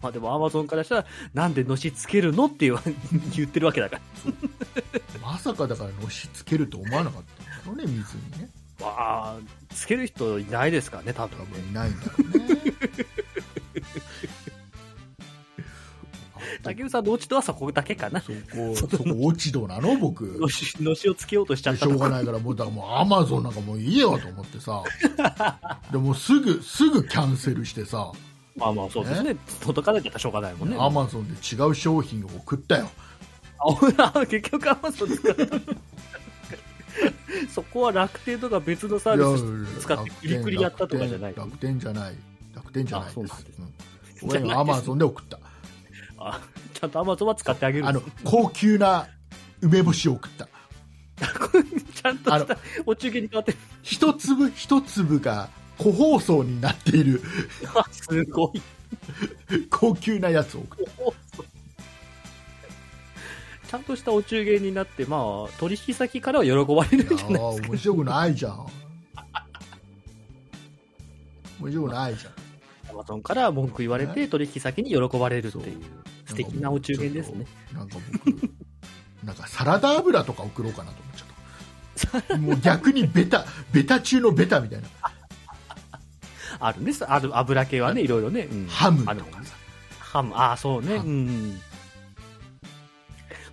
Speaker 3: まあでも Amazon からしたら、なんでのしつけるのって言わ 言ってるわけだから。
Speaker 2: まさかだからのしつけると思わなかったのね水にね
Speaker 3: まあ、つける人いないですからね、多分
Speaker 2: 多。分いないんだろうね
Speaker 3: 竹内さんの落ち度はそこだけかな。
Speaker 2: そこそこ落ち度なの僕
Speaker 3: のしのしをつけようとしちゃっ
Speaker 2: したょ
Speaker 3: と
Speaker 2: う
Speaker 3: か。
Speaker 2: がないからもうだからもうアマゾンなんかもういいよと思ってさでもうすぐすぐキャンセルしてさ
Speaker 3: まあまあ、そうですね。届かなきゃしょうがないもんね。
Speaker 2: アマゾンで違う商品を送ったよ
Speaker 3: あ結局アマゾンですから。 そこは楽天とか別のサービス使ってクリクリやったとかじゃない
Speaker 2: 楽天楽天じゃない楽天じゃない
Speaker 3: あそう
Speaker 2: で
Speaker 3: なん
Speaker 2: す
Speaker 3: です
Speaker 2: うん俺はアマゾンで送った
Speaker 3: あちゃんとアマゾンは使ってあげる。
Speaker 2: あの高級な梅干しを送った
Speaker 3: ちゃんと
Speaker 2: あ
Speaker 3: し
Speaker 2: の
Speaker 3: たお中元に変わってる。
Speaker 2: 一粒一粒が個包装になっている
Speaker 3: あすごい。
Speaker 2: 高級なやつを送っ
Speaker 3: ちゃんとしたお中元になって、まあ、取引先からは喜ばれる
Speaker 2: た
Speaker 3: んじゃないですか。
Speaker 2: 面白くないじゃん面白くない じゃん
Speaker 3: アマゾンから文句言われて、取引先に喜ばれるっていう
Speaker 2: そう、
Speaker 3: 素敵なお中元ですね。
Speaker 2: なんか僕なんかサラダ油とか送ろうかなと思っちゃったもう逆にベタベタ中のベタみたいな
Speaker 3: あるね、さある油系はね、いろいろね。うん
Speaker 2: ハム
Speaker 3: あ
Speaker 2: と
Speaker 3: の
Speaker 2: かさ
Speaker 3: ハム、ああ、そうね。
Speaker 2: ハ
Speaker 3: う
Speaker 2: ム
Speaker 3: ん。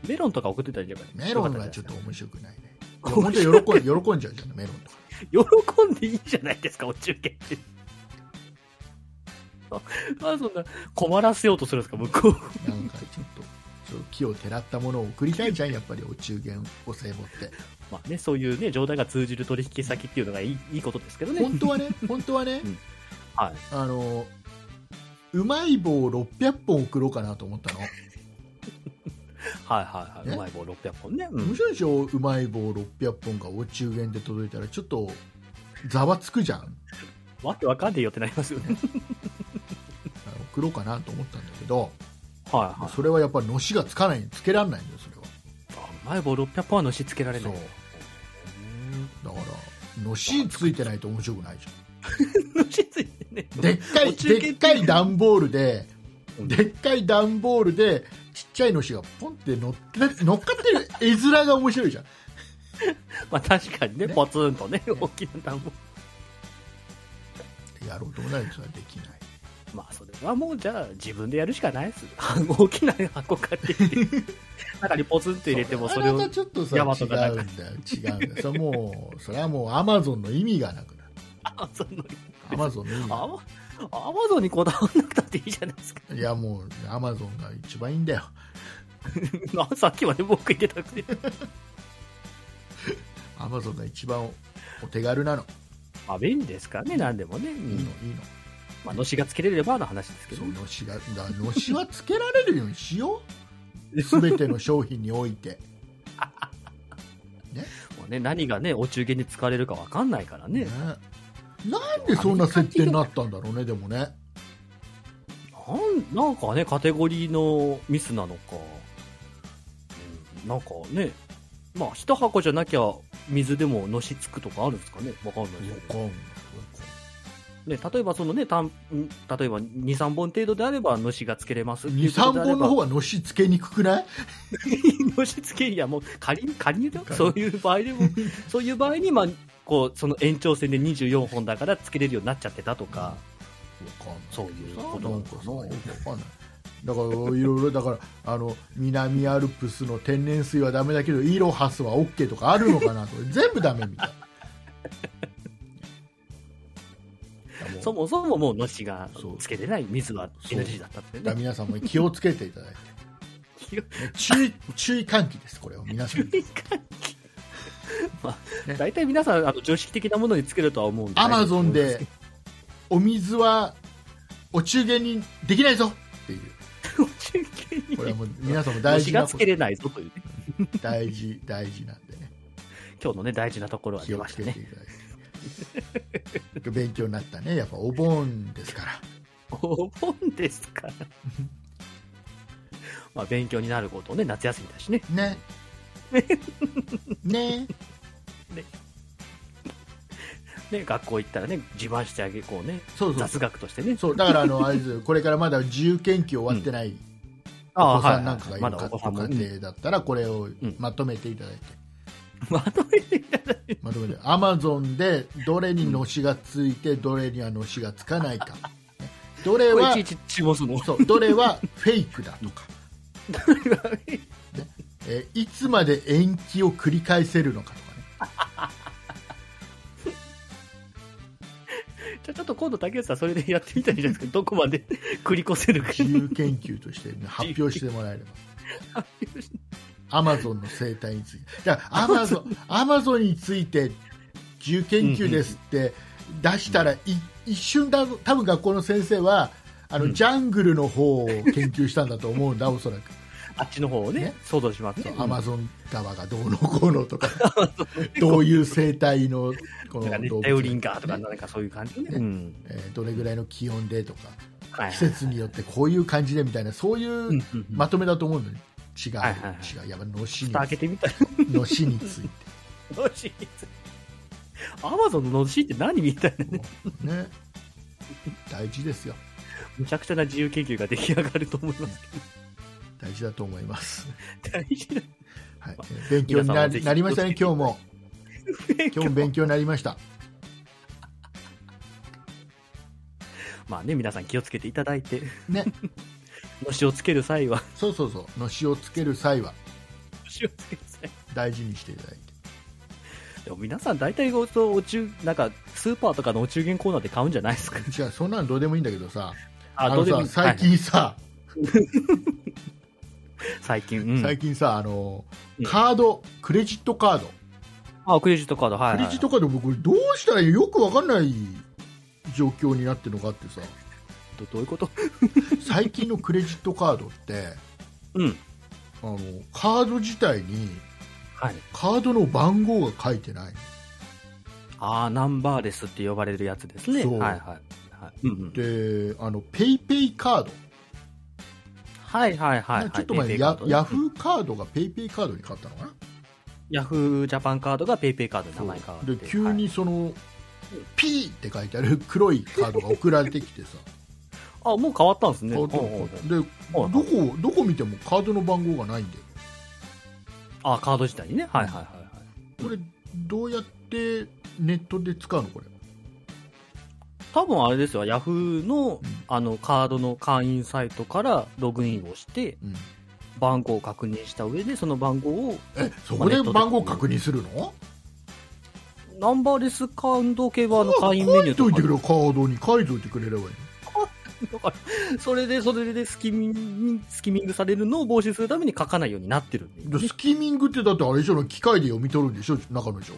Speaker 3: メロンとか送ってたんじゃないか
Speaker 2: メロンはちょっと面白くないねいや
Speaker 3: 面
Speaker 2: 本
Speaker 3: 白
Speaker 2: 当喜ん喜んじゃうじゃんメロンとか
Speaker 3: 喜んでいいじゃないですか、お中元って。 あそんな困らせようとするんですか、向こう。
Speaker 2: なんかちょっとそう木をてらったものを送りたいじゃんやっぱりお中元お歳暮って
Speaker 3: まあね、そういうね、冗談が通じる取引先っていうのがいいいいことですけどね。
Speaker 2: 本当は ね本当はね、
Speaker 3: うんはい
Speaker 2: あのうまい棒600本送ろうかなと思ったの
Speaker 3: はいはいはい。
Speaker 2: ね
Speaker 3: うまい棒600本ね。う
Speaker 2: 面
Speaker 3: ん、
Speaker 2: 白いでしょうまい棒600本がお中元で届いたらちょっとざわつくじゃん
Speaker 3: わけわかんねえよってなりますよ ね。
Speaker 2: 送ろうかなと思ったんだけど
Speaker 3: はいはい。
Speaker 2: それはやっぱのしがつかないつけられないんだよそれは
Speaker 3: あうまい棒600本はのしつけられな
Speaker 2: そう
Speaker 3: い。
Speaker 2: だからのしついてないと面白くないじ
Speaker 3: のしついてね。
Speaker 2: ゃんでっか
Speaker 3: お
Speaker 2: い
Speaker 3: 中元っ
Speaker 2: で
Speaker 3: て
Speaker 2: っかい段ボールで
Speaker 3: うん
Speaker 2: でっかい段ボールでちっちゃいのしがポンって乗って乗っかってる絵面が面白いじゃん
Speaker 3: まあ確かにね、
Speaker 2: ね
Speaker 3: ポツンとね、大きな段ボール
Speaker 2: やろうともないとそれはできない
Speaker 3: まあそれはもうじゃあ自分でやるしかないです。 大きな箱買って きて、中にポツンと入れてもそれ
Speaker 2: あな
Speaker 3: を
Speaker 2: た。ちょっとさ違
Speaker 3: ヤマト
Speaker 2: うん
Speaker 3: が
Speaker 2: だよ
Speaker 3: なんか
Speaker 2: 違うんだよそれはもうそれはもうアマゾンの意味がなくなる
Speaker 3: あその
Speaker 2: アマゾンの意味が
Speaker 3: アマアマゾンにこだわらなくたっていいじゃないですか。
Speaker 2: いやもうアマゾンが一番いいんだよ
Speaker 3: ま あさっきまで僕言ってたくて。
Speaker 2: アマゾンが一番おお手軽なの
Speaker 3: まあ便利ですからね、なんでもね。
Speaker 2: いいのいい
Speaker 3: まあのしがつけれればの話ですけ
Speaker 2: の
Speaker 3: ど
Speaker 2: そ
Speaker 3: ね。
Speaker 2: のしがだからのしはつけられるようにしようすべての商品において
Speaker 3: もうね、何がね、お中元に使われるかわかんないからね。
Speaker 2: なんでそんな設定になったんだろうねでもね
Speaker 3: なんなんかね、カテゴリーのミスなのか、うんなんかね、まあ、一箱じゃなきゃ、水でものしつくとかあるんですかね、わかんないで
Speaker 2: わ
Speaker 3: すけ
Speaker 2: か
Speaker 3: ど
Speaker 2: んない
Speaker 3: ね、例えばそのね、たんん例えば2、3本程度であれば、のしがつけれます
Speaker 2: 23本の方
Speaker 3: は、
Speaker 2: はのしつけにくくない
Speaker 3: のしつけいや、もう仮に、仮にだよ、そういう場合 でも、そういう場合に、まあ、こうその延長戦で24本だからつけれるようになっちゃってたとか、
Speaker 2: わかんない
Speaker 3: そういう
Speaker 2: さ
Speaker 3: こ
Speaker 2: な
Speaker 3: と
Speaker 2: んかさよくわかんないだからいろいろだからあの南アルプスの天然水はダメだけどイロハスは OK とかあるのかなと全部ダメみたいないや
Speaker 3: そ
Speaker 2: もう
Speaker 3: もそももうのしが
Speaker 2: そう
Speaker 3: つけれない水は
Speaker 2: そう
Speaker 3: NG だったって
Speaker 2: だから
Speaker 3: ね。
Speaker 2: 皆さんも気をつけていただい
Speaker 3: 気を
Speaker 2: て、ね注意注意喚起ですこれを皆さん
Speaker 3: まあ、
Speaker 2: ね
Speaker 3: 大体皆さんあの常識的なものにつけるとは思うん
Speaker 2: アマゾン
Speaker 3: 大丈夫
Speaker 2: でお水はお中元にできないぞっていう
Speaker 3: すけど中継
Speaker 2: こ
Speaker 3: に
Speaker 2: れはもう皆さんも大
Speaker 3: 虫
Speaker 2: 事
Speaker 3: が
Speaker 2: な
Speaker 3: つ
Speaker 2: こ
Speaker 3: け
Speaker 2: と
Speaker 3: れないぞというね、
Speaker 2: 大事大事なんでね
Speaker 3: 今日のね大事なところは
Speaker 2: 気
Speaker 3: 出
Speaker 2: を
Speaker 3: まし
Speaker 2: つ
Speaker 3: た
Speaker 2: けてい
Speaker 3: ね
Speaker 2: ただいて勉強になったねやっぱお盆ですから
Speaker 3: お盆です からまあ勉強になることをね夏休みだしね
Speaker 2: ねね
Speaker 3: ね学校行ったらね自慢してあげこうね
Speaker 2: そうそう
Speaker 3: 雑学としてね
Speaker 2: そうだからあのあれですよ これからまだ自由研究終わってない
Speaker 3: あ
Speaker 2: お
Speaker 3: あ
Speaker 2: 子さんなんかがい
Speaker 3: ま
Speaker 2: る
Speaker 3: だ
Speaker 2: か
Speaker 3: お子
Speaker 2: ご
Speaker 3: さんも、う
Speaker 2: 家
Speaker 3: ん
Speaker 2: 庭だったらこれを
Speaker 3: うん
Speaker 2: まとめていただいて、
Speaker 3: まとめていただいて
Speaker 2: まとめてアマゾンでどれにのしがついてどれにはのしがつか ないかねどれ
Speaker 3: これい
Speaker 2: は
Speaker 3: ちいち注文するの
Speaker 2: そうどれはフェイクだとか、えーいつまで延期を繰り返せるのかとかね
Speaker 3: じゃあちょっと今度竹内さんそれでやってみたらいいじゃないですかどこまで 繰り越せるか
Speaker 2: 自由研究として発表してもらえればアマゾンの生態についてだからアマゾンアマゾンについて自由研究ですって出したら、い一瞬だ多分学校の先生はあの、
Speaker 3: うん
Speaker 2: ジャングルの方を研究したんだと思うんだおそらく
Speaker 3: あっちの方をね
Speaker 2: ね
Speaker 3: 想像しますね
Speaker 2: アマゾン川がどうのこうの とかどういう生態のこ
Speaker 3: なんか
Speaker 2: の
Speaker 3: 熱
Speaker 2: 動
Speaker 3: 帯雨林
Speaker 2: 物
Speaker 3: かとか、
Speaker 2: ね
Speaker 3: なんかそういう感じのね。
Speaker 2: ね
Speaker 3: うん。
Speaker 2: えーどれぐらいの気温でとか
Speaker 3: はいはい
Speaker 2: 季節によってこういう感じでみたいなそういう、
Speaker 3: うんうんうん
Speaker 2: まとめだと思うのに違う、
Speaker 3: はいはい
Speaker 2: 違うやっぱのしに
Speaker 3: 蓋開けてみたら、
Speaker 2: のしについ
Speaker 3: のしいアマゾンののしって何みたいな、
Speaker 2: てもうね大事ですよ
Speaker 3: むちゃくちゃな自由研究が出来上がると思います
Speaker 2: 大事だと思います
Speaker 3: けど、大事な
Speaker 2: はい、勉強になりなりましたね、今日も。今日も勉強になりました。
Speaker 3: まあね、皆さん気をつけていただいて、
Speaker 2: ね、
Speaker 3: のしをつける際は、
Speaker 2: そうそうそう、のしをつける際は
Speaker 3: のしをつける際
Speaker 2: 大事にしていただいて。
Speaker 3: でも皆さん大体ごとお中、なんか、スーパーとかのお中元コーナーで買うんじゃないで すか。
Speaker 2: じゃあ、そんなのどうでもいいんだけどさ、
Speaker 3: あ
Speaker 2: の
Speaker 3: どうで
Speaker 2: さ
Speaker 3: もいい
Speaker 2: 最
Speaker 3: はい
Speaker 2: 近さ、
Speaker 3: 最近、うん。
Speaker 2: 最近さ、あの
Speaker 3: うん、
Speaker 2: カード、クレジットカード。
Speaker 3: あ、クレジットカード、はい、
Speaker 2: ク
Speaker 3: はい
Speaker 2: レジットカード僕どうしたらよくわかんない状況になってるのかってさ
Speaker 3: どどういうこと
Speaker 2: 最近のクレジットカードって
Speaker 3: うん。
Speaker 2: あのカード自体に
Speaker 3: はい。
Speaker 2: カードの番号が書いてない
Speaker 3: あーナンバーレスって呼ばれるやつですね。
Speaker 2: そう
Speaker 3: はいはい。はい、うんうん
Speaker 2: であのペイペイカード、
Speaker 3: はいはいはいはい。
Speaker 2: ちょっと前に
Speaker 3: ペイペイカ
Speaker 2: ヤ
Speaker 3: ードね
Speaker 2: ヤフーカードがペイペイカードに変わったのかな
Speaker 3: ヤフージャパンカードがペイペイカードに名前変わって
Speaker 2: で急にその、P って書いてある黒いカードが送られてきてさ、
Speaker 3: はいあもう変わったんですね
Speaker 2: カード
Speaker 3: ほうほうほう
Speaker 2: でど
Speaker 3: は
Speaker 2: こ
Speaker 3: い
Speaker 2: どこ見てもカードの番号がないんだよ
Speaker 3: あカード自体にねはいはいはいはい
Speaker 2: これどうやってネットで使うのこれ
Speaker 3: 多分あれですよヤフーの
Speaker 2: うん
Speaker 3: あのカードの会員サイトからログインをして番号を確認した上でその番号を
Speaker 2: えそこで番号確認するの
Speaker 3: ナンバーレスカウント系はあの
Speaker 2: 書
Speaker 3: 会員メニュ
Speaker 2: い
Speaker 3: ー
Speaker 2: と
Speaker 3: と
Speaker 2: い
Speaker 3: か
Speaker 2: てくれよカードに書いといてくれればいい
Speaker 3: だからそれでそれでスキミンスキミングされるのを防止するために書かないようになってるんで
Speaker 2: のでスキミングってだってあれでしょ機械で読み取るんでしょ中の情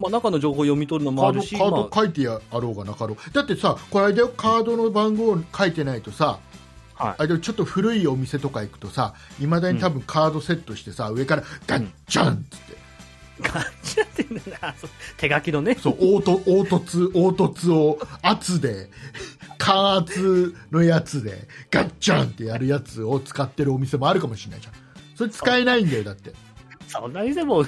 Speaker 3: まあ、中の情報を読み取るの
Speaker 2: 報カ
Speaker 3: もあ
Speaker 2: ード
Speaker 3: るし
Speaker 2: カー
Speaker 3: ま
Speaker 2: ド書いてあろうがなかろうだってさこれあれだよカードの番号書いてないとさ
Speaker 3: あはい
Speaker 2: あれだよちょっと古いお店とか行くとさいまだに多分カードセットしてさ、上からガッチャンっつって、
Speaker 3: 感じやってんだなそう 手書きのね
Speaker 2: そう凹凸凹凸凹凸を圧で加圧のやつでガッチャンってやるやつを使ってるお店もあるかもしれないじゃんそれ使えないんだよだって
Speaker 3: そんな店も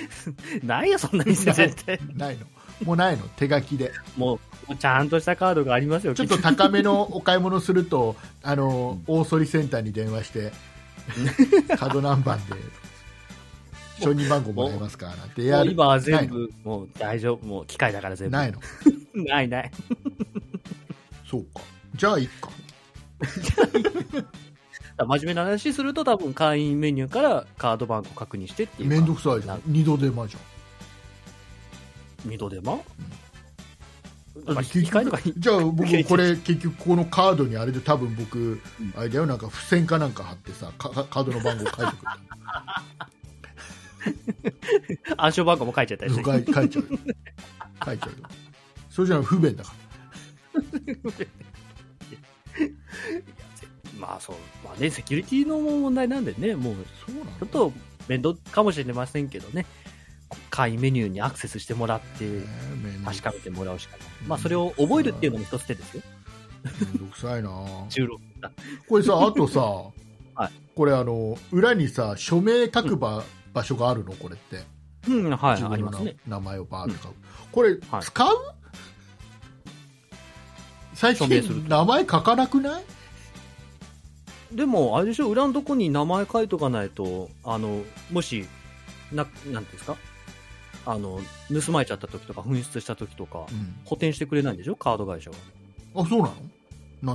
Speaker 3: ないよ、そんな店絶対。
Speaker 2: ないのもうないの手書きで
Speaker 3: もう、もうちゃんとしたカードがありますよ、
Speaker 2: ちょっと
Speaker 3: き
Speaker 2: 高めのお買い物するとあの大ソリセンターに電話 してカードナンバーで承認番号もらえますかなんて
Speaker 3: とも
Speaker 2: や
Speaker 3: う
Speaker 2: る
Speaker 3: 今は全部、もう大丈夫、もう機械だから全部。
Speaker 2: ない
Speaker 3: い
Speaker 2: の
Speaker 3: ないない。
Speaker 2: そうかじゃあいっか
Speaker 3: 真面目な話すると、多分会員メニューからカード番号確認してっていうか。
Speaker 2: 面倒くさいじゃ
Speaker 3: なん
Speaker 2: 二度手間じゃん
Speaker 3: 二度手間
Speaker 2: だ
Speaker 3: なん
Speaker 2: っ
Speaker 3: か
Speaker 2: て結
Speaker 3: 機械とか
Speaker 2: 局
Speaker 3: に
Speaker 2: じゃあ僕これ結局このカードにあれで多分僕
Speaker 3: ん
Speaker 2: あれだよなんか付箋かなんか貼ってさかかカードの番号書いて
Speaker 3: 暗証番号も書いちゃったりして
Speaker 2: くる書いちゃうよ書いちゃうよそれじゃ不便だか
Speaker 3: まあそう、まあね、セキュリティの問題なんでね、もう、
Speaker 2: らそうなん
Speaker 3: ちょ
Speaker 2: だ
Speaker 3: っと面倒かもしれませんけどね、会員メニューにアクセスしてもらって、
Speaker 2: ねえ面倒
Speaker 3: 確かめてもらうしかない。
Speaker 2: うん
Speaker 3: まあ、それを覚えるっていうのも一つ手ですよ。
Speaker 2: めんどくさいな
Speaker 3: 16だ。
Speaker 2: これ さあとさ、
Speaker 3: はい
Speaker 2: これあの裏にさ署名書く場,、場所があるのこれって
Speaker 3: うん、はい、
Speaker 2: 自
Speaker 3: あり
Speaker 2: 分
Speaker 3: ま
Speaker 2: の
Speaker 3: すね。
Speaker 2: 名前をバーって書く、これ
Speaker 3: はい
Speaker 2: 使う、最
Speaker 3: 署
Speaker 2: 近
Speaker 3: 名すると
Speaker 2: 名前書かなくない
Speaker 3: でも、あれでしょ、裏のとこに名前書いとかないと、あの、もし、な、なんていうんですかあの、盗まれちゃった時とか、紛失した時とか、補填してくれないんでしょカード会社は。
Speaker 2: あそうなの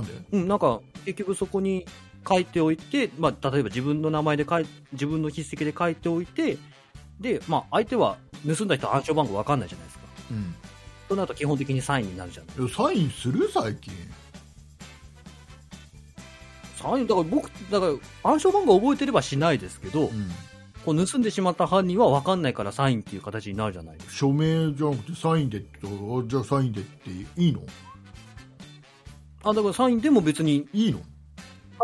Speaker 2: なんで
Speaker 3: うん、なんか、結局そこに書いておいて、まあ、例えば自分の名前で書い、自分の筆跡で書いておいて、で、まあ、相手は、盗んだ人は暗証番号わかんないじゃないですか。
Speaker 2: う
Speaker 3: となると基本的にサインになるじゃない
Speaker 2: ん、サインする最近
Speaker 3: サインだから僕だから暗証番号覚えてればしないですけど、
Speaker 2: ん
Speaker 3: こう盗んでしまった犯人は分かんないからサインっていう形になるじゃないですか
Speaker 2: 署名じゃなくてサインでってあじゃあサインでっていいの
Speaker 3: あだからサインでも別に
Speaker 2: いいの、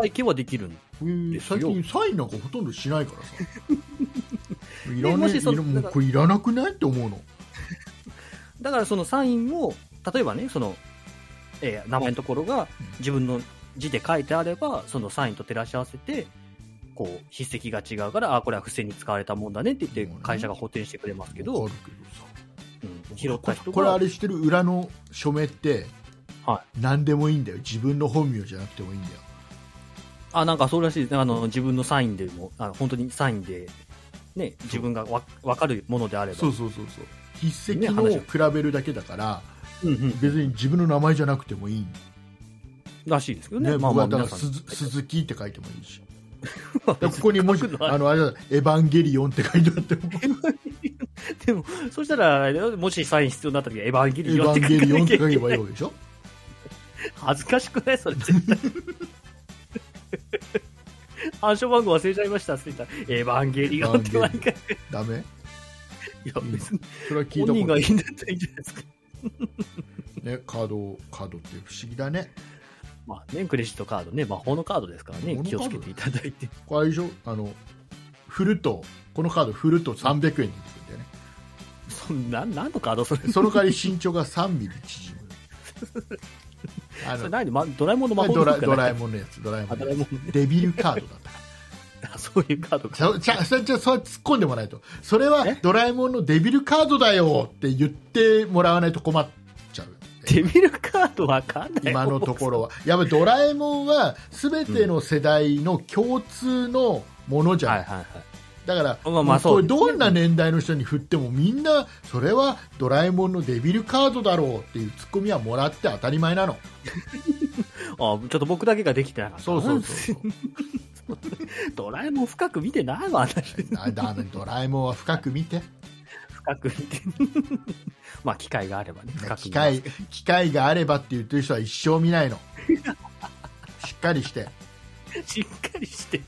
Speaker 3: 背景はできるん
Speaker 2: えー
Speaker 3: ですよ
Speaker 2: 最近サインなんかほとんどしないからさい
Speaker 3: で
Speaker 2: ら
Speaker 3: も
Speaker 2: ねえ
Speaker 3: しそ
Speaker 2: いらもう
Speaker 3: だから
Speaker 2: これいらなくないって思うの
Speaker 3: だからそのサインを例えばねその、えー名前のところが自分の字で書いてあればそのサインと照らし合わせてこう筆跡が違うからあこれは不正に使われたもんだねって言って会社が補填してくれますけど、
Speaker 2: わかるけどさ
Speaker 3: うん拾った人が
Speaker 2: これあれしてる裏の署名って、
Speaker 3: は
Speaker 2: 何でもいいんだよ自分の本名じゃなくてもいいんだよ
Speaker 3: あ、なんかそうらしいです。あの、自分のサインでも、あの本当にサインで、ね、自分がわわかるものであれば。
Speaker 2: そうそうそうそう筆
Speaker 3: ね
Speaker 2: 跡
Speaker 3: 話
Speaker 2: を比べるだけだから、
Speaker 3: うんうん。
Speaker 2: 別に自分の名前じゃなくてもいい、
Speaker 3: らしいですけどね。
Speaker 2: ね
Speaker 3: まあ
Speaker 2: 僕
Speaker 3: まあ、
Speaker 2: はだか
Speaker 3: 皆
Speaker 2: ら
Speaker 3: さん。
Speaker 2: 鈴「鈴木」って書いてもいいし
Speaker 3: ま
Speaker 2: ここにもし
Speaker 3: 書くのは
Speaker 2: あのあれだ「エヴァンゲリオン」って書いてあっても
Speaker 3: でも、そしたらあれだよ、もしサイン必要になった時はエヴァン
Speaker 2: 「
Speaker 3: ゲ
Speaker 2: エ
Speaker 3: リオン
Speaker 2: ヴ
Speaker 3: って
Speaker 2: ァンゲリオン」って
Speaker 3: 書か
Speaker 2: 書
Speaker 3: なきゃい
Speaker 2: け
Speaker 3: け
Speaker 2: ば
Speaker 3: ない
Speaker 2: い
Speaker 3: い。
Speaker 2: わ けでしょ
Speaker 3: 恥ずかしくないそれ、絶対。 暗証番号忘れちゃいましたって言ったら、エヴァンゲリオンって毎回。い
Speaker 2: ダメ
Speaker 3: や、別に
Speaker 2: それは聞い
Speaker 3: 本
Speaker 2: たこ
Speaker 3: 人
Speaker 2: と
Speaker 3: が
Speaker 2: ないい、
Speaker 3: いんだったらいいんじゃないですか。
Speaker 2: ね、カードカードって不思議だね
Speaker 3: まあね、クレジットカードね、魔法のカードですからね、
Speaker 2: 魔法
Speaker 3: 気
Speaker 2: の
Speaker 3: を
Speaker 2: カー
Speaker 3: つ
Speaker 2: ド
Speaker 3: けていただいて。
Speaker 2: これあれでしょあの振るとこのカード振ると300円で出てくるんだよね
Speaker 3: そんな、何のカードそれ。
Speaker 2: その代わり身長が3ミリ縮むあ
Speaker 3: そ
Speaker 2: の
Speaker 3: れ何まドラえもんの魔法
Speaker 2: ド
Speaker 3: のカ
Speaker 2: ラ
Speaker 3: ード
Speaker 2: ドラえもんのやつドラえもんのや
Speaker 3: ドラえもん
Speaker 2: つデビルカードだった
Speaker 3: あそういうカードか。
Speaker 2: ちゃちゃそれちゃそれ突っ込んでもらないとそれは
Speaker 3: え
Speaker 2: ドラえもんのデビルカードだよって言ってもらわないと困っちゃう
Speaker 3: デビルカードわかんない
Speaker 2: 今のところはやっぱりドラえもんは全ての世代の共通のものじゃな、
Speaker 3: はいいはいはい。
Speaker 2: だから、
Speaker 3: まあまあそうですね
Speaker 2: これどんな年代の人に振ってもみんなそれはドラえもんのデビルカードだろうっていうツッコミはもらって当たり前なの
Speaker 3: あ、ちょっと僕だけができてなかった。
Speaker 2: そうそうそうそう
Speaker 3: ドラえもん深く見てないわ、私。
Speaker 2: あだドラえもんは深く見て
Speaker 3: 深く見て。 まあ、機会があればね、深く
Speaker 2: 機
Speaker 3: 見ま
Speaker 2: 会
Speaker 3: す
Speaker 2: 機会があればって言ってる人は一生見ない のしっかりして
Speaker 3: しっかりして。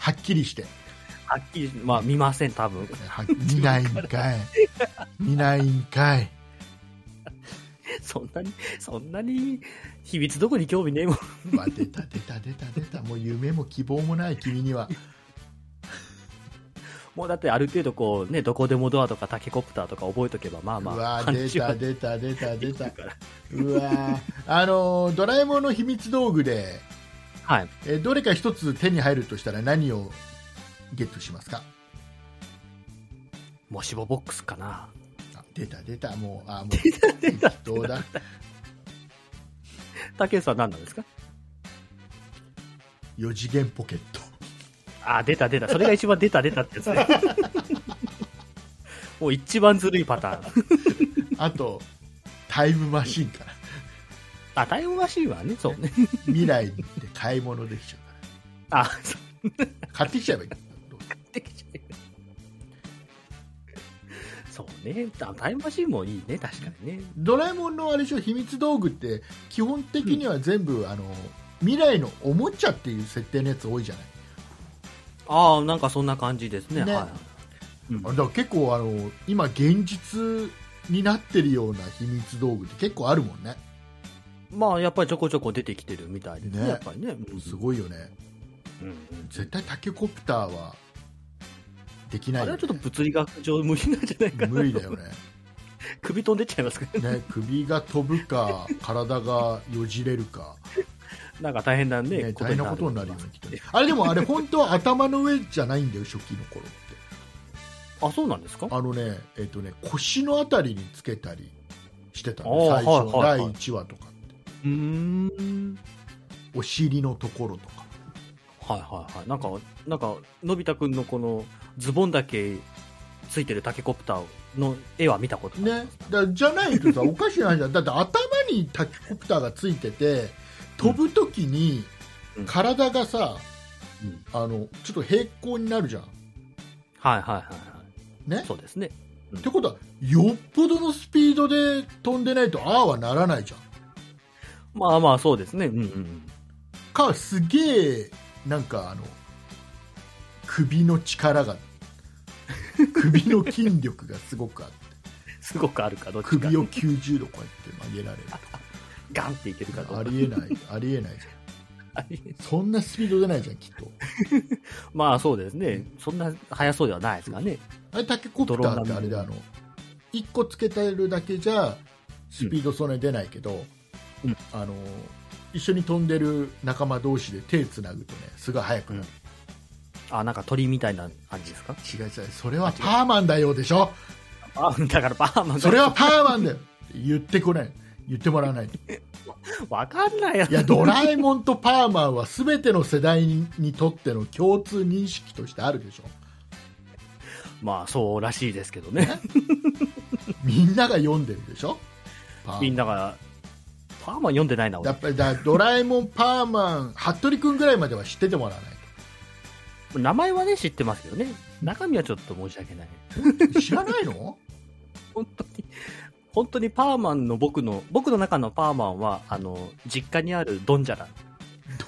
Speaker 2: はっきりして
Speaker 3: はっきり、まあ、見ません、多分。
Speaker 2: は見ないんかい見ないんかい
Speaker 3: そんなに、そんなに、秘密どこに興味ねえもん。
Speaker 2: うわ出た出た出た出たもう夢も希望もない君には
Speaker 3: もうだってある程度こうね、どこでもドアとかタケコプターとか覚えとけば、まあ
Speaker 2: う
Speaker 3: まあ、
Speaker 2: わ
Speaker 3: 感
Speaker 2: 出
Speaker 3: じは
Speaker 2: た出た出た出
Speaker 3: できる
Speaker 2: た
Speaker 3: から。
Speaker 2: うわあのドラえもんの秘密道具で
Speaker 3: はい。
Speaker 2: えどれか一つ手に入るとしたら何をゲットしますか
Speaker 3: もしもボックスかな。
Speaker 2: あ出た出たもうあもう
Speaker 3: 出た
Speaker 2: どうだ
Speaker 3: 竹内さん何なんですか
Speaker 2: 4次元ポケット
Speaker 3: あ、出た出た。それが一番出た出たってやつね。 もう一番ずるいパターン。
Speaker 2: あとタイムマシンから
Speaker 3: あ、タイムマシーンはね、そうね。
Speaker 2: 未来に行って買い物できちゃうか
Speaker 3: あ、そう
Speaker 2: ら買ってきちゃえばいい
Speaker 3: できちゃうそうね。あタイムマシーンもいいね、確かにね。
Speaker 2: ドラえもんのあれでしょ秘密道具って基本的には全部、あの未来のおもちゃっていう設定のやつ多いじゃない
Speaker 3: ああ、なんかそんな感じですね。
Speaker 2: ね
Speaker 3: はい。うん
Speaker 2: あれだから結構あの今現実になってるような秘密道具って結構あるもんね
Speaker 3: まあ、やっぱりちょこちょこ出てきてるみたいですね、
Speaker 2: ね
Speaker 3: やっぱりね。うん
Speaker 2: すごいよね
Speaker 3: うん
Speaker 2: 絶対タケコプターはできな
Speaker 3: あ
Speaker 2: いよ
Speaker 3: れは
Speaker 2: ね、
Speaker 3: ちょっと物理学上無理なんじゃないかな。
Speaker 2: 無理だよ。ね
Speaker 3: 首飛んでっちゃいますからね。
Speaker 2: ね首が飛ぶか体がよじれるか
Speaker 3: なんか大変なね、
Speaker 2: ね、大変なことになるよね
Speaker 3: ね、
Speaker 2: きっとねあれでもあれ本当は頭の上じゃないんだよ初期の頃って
Speaker 3: あ、そうなんですか
Speaker 2: あのねえっ、とね腰のあたりにつけたりしてたの
Speaker 3: あ
Speaker 2: 最初、
Speaker 3: ーはいはいはい
Speaker 2: 第1話とかって
Speaker 3: うーん。
Speaker 2: お尻のところとか
Speaker 3: はいはいはい。なんか、なんか、のび太くんのこのズボンだけついてるタケコプターの絵は見たことない。
Speaker 2: ねだじゃないとさおかしな話 だだって頭にタキコプターがついてて飛ぶ時に
Speaker 3: うん
Speaker 2: 体がさ、
Speaker 3: うん
Speaker 2: あのちょっと平行になるじゃん
Speaker 3: はいはいはいはい。
Speaker 2: ね
Speaker 3: そうですね。
Speaker 2: ってことはよっぽどのスピードで飛んでないとああはならないじゃん
Speaker 3: まあまあそうですね。うんうんうん。
Speaker 2: かすげえなんかあの首の力が首の筋力がすごくあって
Speaker 3: すごくあるか、どっちか。
Speaker 2: 首を90度こうやって曲げられる
Speaker 3: ガンっていけるかどうか。
Speaker 2: ありえないありえないじ
Speaker 3: ありえ
Speaker 2: ゃんそんなスピード出ないじゃんきっと
Speaker 3: まあそうですね。そんな速そうではないですからね。
Speaker 2: あれタケコプターってあれであの1個つけてるだけじゃスピードそんなに出ないけど、
Speaker 3: うん
Speaker 2: あの一緒に飛んでる仲間同士で手つなぐとねすごい速くなる、
Speaker 3: あ、なんか鳥みたいな感じですか
Speaker 2: 違う違うそれはパーマンだよでしょ
Speaker 3: あだからバーマン が
Speaker 2: それはパーマンだよって言ってこない言ってもらわないと
Speaker 3: わかんないよ
Speaker 2: いやドラえもんとパーマンは全ての世代にとっての共通認識としてあるでしょ
Speaker 3: まあそうらしいですけどね
Speaker 2: みんなが読んでるでしょパーマン
Speaker 3: みんながパーマン読んでないな俺
Speaker 2: やっぱりだドラえもんパーマン服部君ぐらいまでは知っててもらわない
Speaker 3: 名前はね知ってますけどね中身はちょっと申し訳ない
Speaker 2: と知らないの
Speaker 3: 本当に本当にパーマンの僕の僕の中のパーマンはあの実家にあるドンジャラ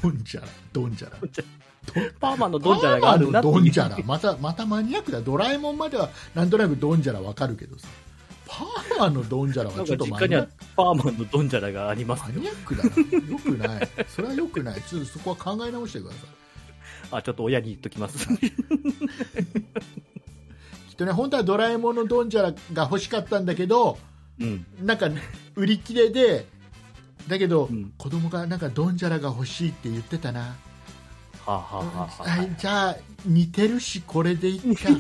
Speaker 2: ドンジャラドンジャラ
Speaker 3: パーマンのドンジャラがあるなっ
Speaker 2: パ
Speaker 3: て
Speaker 2: ーマンのドン
Speaker 3: い
Speaker 2: ジャ
Speaker 3: う
Speaker 2: ラまたまたマニアックだドラえもんまではなんとなくドンジャラわかるけどさパーマンのドンジャラ
Speaker 3: な
Speaker 2: は
Speaker 3: ん
Speaker 2: ちょっ
Speaker 3: か
Speaker 2: と
Speaker 3: 実
Speaker 2: マ
Speaker 3: 家に
Speaker 2: ニアッ
Speaker 3: は
Speaker 2: ク
Speaker 3: パーマンのドンジャラがあります
Speaker 2: マニアックだなよくないそれはよくないちょっとそこは考え直してください
Speaker 3: あちょっと親に言っとき ます
Speaker 2: きっとね本当はドラえもんのドンジャラが欲しかったんだけど
Speaker 3: うん
Speaker 2: なんか売り切れでだけど、
Speaker 3: うん
Speaker 2: 子供がなんかドンジャラが欲しいって言ってたな
Speaker 3: はあ、はあはあはあ、
Speaker 2: はい、じゃあ似てるしこれでいいか、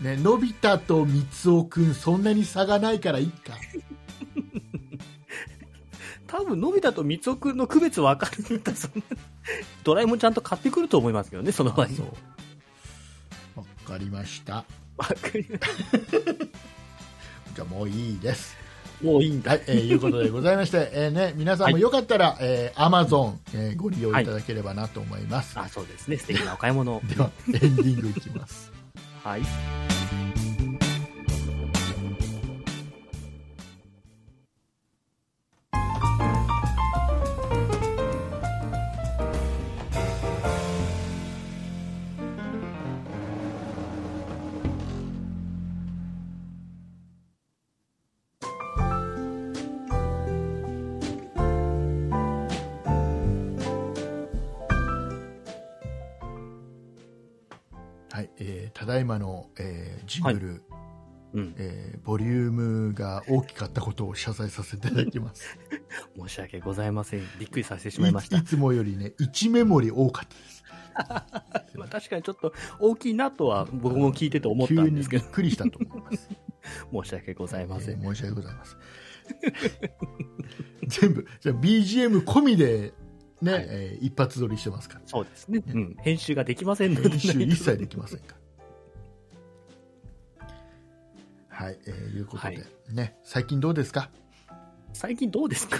Speaker 2: ね、のび太と光男くんそんなに差がないからいいか
Speaker 3: 多分のび太とみつおくんの区別分かるんだそんなドラえもんちゃんと買ってくると思いますけどねその場合
Speaker 2: そうわかりました
Speaker 3: わかりまし
Speaker 2: じゃあもういいです
Speaker 3: たもういいんだ
Speaker 2: はい、えーいうことでございま して、えーね、皆さんもよかったら、えー Amazon、えーご利用いただければなと思います、
Speaker 3: あそうですね素敵なお買い物を
Speaker 2: で はエンディングいきます
Speaker 3: はい
Speaker 2: はい、えーただいまの、えージングル、
Speaker 3: うん
Speaker 2: えーボリュームが大きかったことを謝罪させていただきます
Speaker 3: 申し訳ございませんびっくりさせてし
Speaker 2: い
Speaker 3: まいました
Speaker 2: いつもよりね1メモリ多かったです
Speaker 3: まあ、確かにちょっと大きいなとは僕も聞いてて思ったんですけど
Speaker 2: 急にびっくりしたと 思います、
Speaker 3: 申し訳ござい
Speaker 2: え
Speaker 3: ません、
Speaker 2: ー申し訳ございません全部じゃあ BGM 込みでね、
Speaker 3: はい
Speaker 2: えー一発撮りしてますから
Speaker 3: そうですね、うん、編集ができませんので
Speaker 2: 練習一切できませんからはい、えーいうことで、
Speaker 3: はい
Speaker 2: ね最近どうですか
Speaker 3: 最近どうです か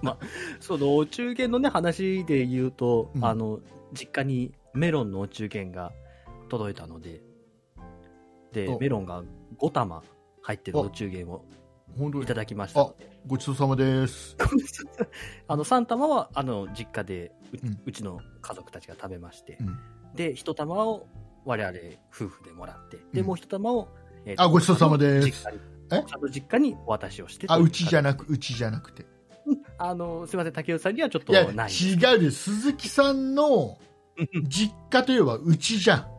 Speaker 3: まあそのお中元のね話で言うと、
Speaker 2: うん
Speaker 3: あの実家にメロンのお中元が届いたのでで
Speaker 2: お
Speaker 3: メロンが5玉入ってるお中元を
Speaker 2: 本当
Speaker 3: い
Speaker 2: に
Speaker 3: ただきましたので
Speaker 2: ごちそうさまです
Speaker 3: あの3玉はあの実家でう,、
Speaker 2: うん
Speaker 3: ちの家族たちが食べまして、
Speaker 2: うん
Speaker 3: で1玉を我々夫婦でもらってで、
Speaker 2: うん
Speaker 3: もう1玉を、えー
Speaker 2: あごちそうさまです
Speaker 3: 実家に
Speaker 2: え
Speaker 3: あの実家にお渡しをして
Speaker 2: あうちじゃ
Speaker 3: な
Speaker 2: なくうちじゃなくて
Speaker 3: あのすみません竹内さんにはちょっと
Speaker 2: いや
Speaker 3: ない
Speaker 2: 違うです鈴木さん の実家といえばうちじゃん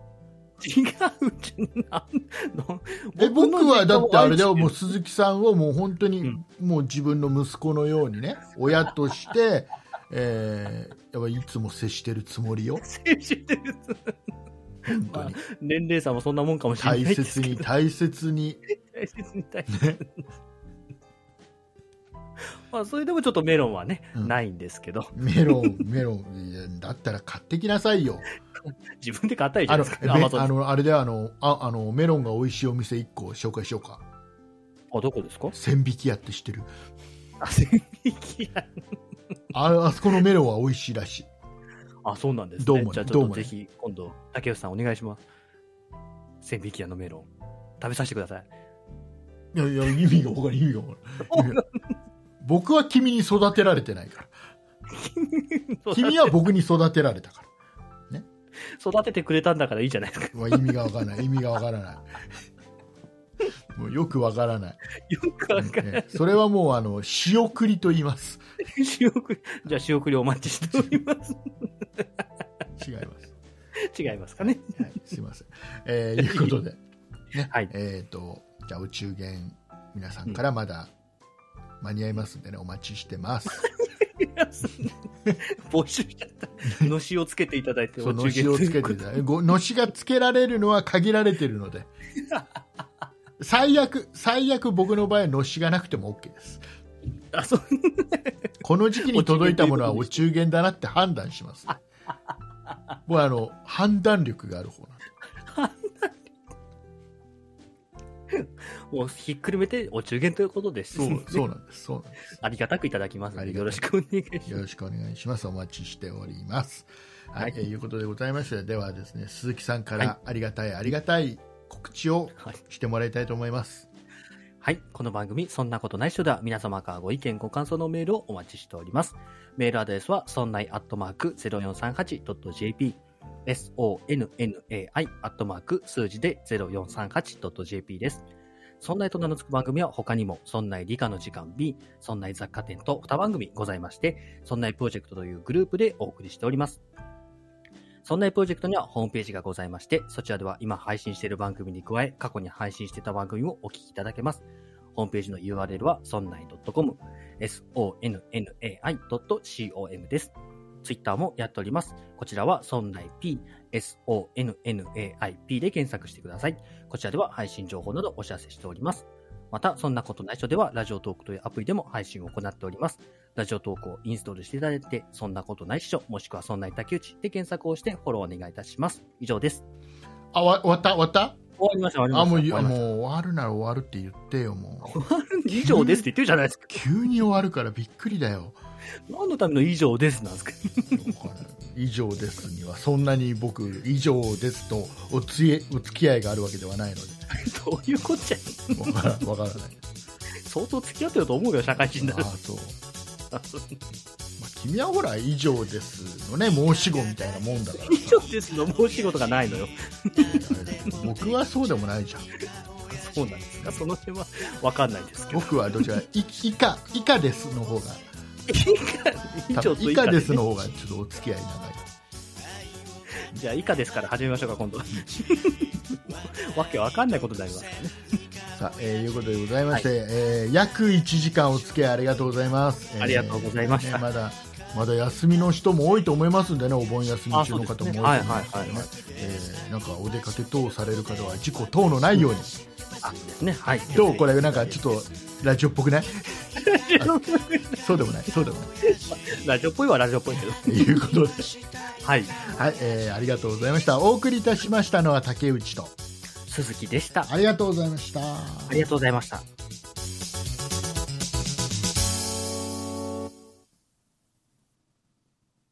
Speaker 3: 違うじゃんの
Speaker 2: え僕はだってあれだよもう
Speaker 3: う
Speaker 2: 鈴木さんをもう本当に、
Speaker 3: うん
Speaker 2: もう自分の息子のようにね親として、えー、やっぱいつも接してるつもりよ本 当に
Speaker 3: 年齢差もそんなもんかもしれない
Speaker 2: 大
Speaker 3: です
Speaker 2: 切
Speaker 3: け
Speaker 2: に
Speaker 3: ど
Speaker 2: 大切に
Speaker 3: 大切に大切にまあそれでもちょっとメロンはね、
Speaker 2: うん
Speaker 3: ないんですけど
Speaker 2: メロンメロンいやだったら買ってきなさいよ
Speaker 3: 自分で買ったりじゃ
Speaker 2: あ
Speaker 3: な
Speaker 2: の
Speaker 3: いです
Speaker 2: べ
Speaker 3: かアマゾン
Speaker 2: あのあれであのああのメロンが美味しいお店1個紹介しようか
Speaker 3: あどこですか
Speaker 2: 千匹屋って知ってる
Speaker 3: あ千匹屋
Speaker 2: ああそこのメロンは美味しいらしい
Speaker 3: あそうなんです、ね、
Speaker 2: どうもね
Speaker 3: じゃあち
Speaker 2: ど
Speaker 3: ょ
Speaker 2: う
Speaker 3: っ
Speaker 2: も
Speaker 3: と
Speaker 2: ね
Speaker 3: ぜひ今度竹内さんお願いします千匹屋のメロン食べさせてください
Speaker 2: いやいや、意味が分からん、意味が分からん。僕は君に育てられてないから。君は僕に育てられたか。
Speaker 3: 育ててくれたんだからいいじゃないですから
Speaker 2: わ意味が分からない、意味が分からない。もうよく分からない。
Speaker 3: よくわかんない
Speaker 2: ええそれはもう、あの、仕送りと言います。
Speaker 3: 仕送り、じゃあ仕送りお待ちしております。
Speaker 2: 違います。
Speaker 3: 違いますかね。
Speaker 2: はい、すいません。えー、いうことで、ね、
Speaker 3: はい
Speaker 2: えっ、と、じゃあ、お中元、皆さんからまだ間に合いますんでね、お待ちしてます。
Speaker 3: 募集しち ゃった。のしをつけていただいて、
Speaker 2: そう
Speaker 3: お
Speaker 2: の
Speaker 3: 中
Speaker 2: し
Speaker 3: 元
Speaker 2: をつけていただいてごのしがつけられるのは限られてるので最悪、最悪僕の場合はのしがなくても OK です。
Speaker 3: あ、そう。
Speaker 2: この時期に届いたものはお中元だなって判断します。僕はあの判断力がある方なんで。
Speaker 3: もうひっくるめてお中元ということです。
Speaker 2: そうそうなんです。そうなんです。
Speaker 3: ありがたくいただきますの
Speaker 2: あり
Speaker 3: で、
Speaker 2: がたい
Speaker 3: よろしくお願いします。
Speaker 2: よろしくお願いします。お待ちしております。はい、
Speaker 3: はい
Speaker 2: えーいうことでございまして、ではですね、鈴木さんか
Speaker 3: はい
Speaker 2: らありがたい、ありがたい告知を
Speaker 3: はい
Speaker 2: してもらいたいと思います。
Speaker 3: はい。この番組、そんなことない人では、皆様からご意見、ご感想のメールをお待ちしております。メールアドレスは、そんないアットマーク 0438.jp、sonnai アットマーク数字で 0438.jp です。そんないと名の付く番組は他にも、そんない理科の時間 B、そんない雑貨店と2番組ございまして、そんないプロジェクトというグループでお送りしております。そんなプロジェクトにはホームページがございまして、そちらでは今配信している番組に加え、過去に配信していた番組もお聞きいただけます。ホームページの URL は sonnai.com、sonnai.com です。ツイッターもやっております。こちらは sonnaip、sonnaip で検索してください。こちらでは配信情報などお知らせしております。また、そんなことない人では、ラジオトークというアプリでも配信を行っております。ラジオトークをインストールしていただいて、そんなことないっしょ、もしくはそんない竹内で検索をしてフォローお願いいたします。以上です。
Speaker 2: あ、わ終わった終わった
Speaker 3: 終わりました、終わ
Speaker 2: あ、
Speaker 3: り
Speaker 2: も
Speaker 3: ま
Speaker 2: う、
Speaker 3: し
Speaker 2: い
Speaker 3: た。
Speaker 2: やもう
Speaker 3: う、
Speaker 2: 終わるなら終わるって言ってよ、もう。
Speaker 3: 以上ですって言ってるじゃないですか。
Speaker 2: 急に終わるからびっくりだよ。
Speaker 3: 何のための以上ですなんですか。
Speaker 2: 以上ですには、そんなに僕、以上ですとおつえお付き合いがあるわけではないの
Speaker 3: どういうこっちゃ。
Speaker 2: で、わからわからない。
Speaker 3: 相当付き合ってると思うよ、 社会人だ
Speaker 2: あ
Speaker 3: ら。
Speaker 2: そう、まあ、君はほら以上ですのね申し子みたいなもんだから
Speaker 3: 以上ですの申し事がないのよ。
Speaker 2: 僕はそうでもないじゃん
Speaker 3: そうなんですか。その辺はわかんないですけど。
Speaker 2: 僕はどち らい以下以下ですの方が
Speaker 3: 以
Speaker 2: 多
Speaker 3: 上
Speaker 2: 分
Speaker 3: と
Speaker 2: 以
Speaker 3: 以
Speaker 2: 下
Speaker 3: 下で、
Speaker 2: で
Speaker 3: ね、
Speaker 2: すの方がちょっとお付き合い長い
Speaker 3: じゃあ以下ですから始めましょうか、今度は。 わけわかんないことになりますからね。
Speaker 2: さあ、えーいうことでございまして、えー約1時間お付き合いありがとうございます、えー
Speaker 3: ありがとうございました
Speaker 2: ねまだまだ休みの人も多いと思いますんでねお盆休み中の方も多いと思い
Speaker 3: あ
Speaker 2: ま
Speaker 3: そう
Speaker 2: すので
Speaker 3: ですねはいはいはいは
Speaker 2: ね
Speaker 3: い
Speaker 2: えーなんかお出かけ等される方は事故等のないように
Speaker 3: あ、そうですね。はい。
Speaker 2: どうこれなんかちょっとラジオっぽく ないあそうでもないそうでもない
Speaker 3: ラジオっぽいはラジオっぽいけど。
Speaker 2: ということで、
Speaker 3: はい。
Speaker 2: はいえーありがとうございましたお送りいたしましたのは竹内と
Speaker 3: 鈴木でした。
Speaker 2: ありがとうございました
Speaker 3: ありがとうございました。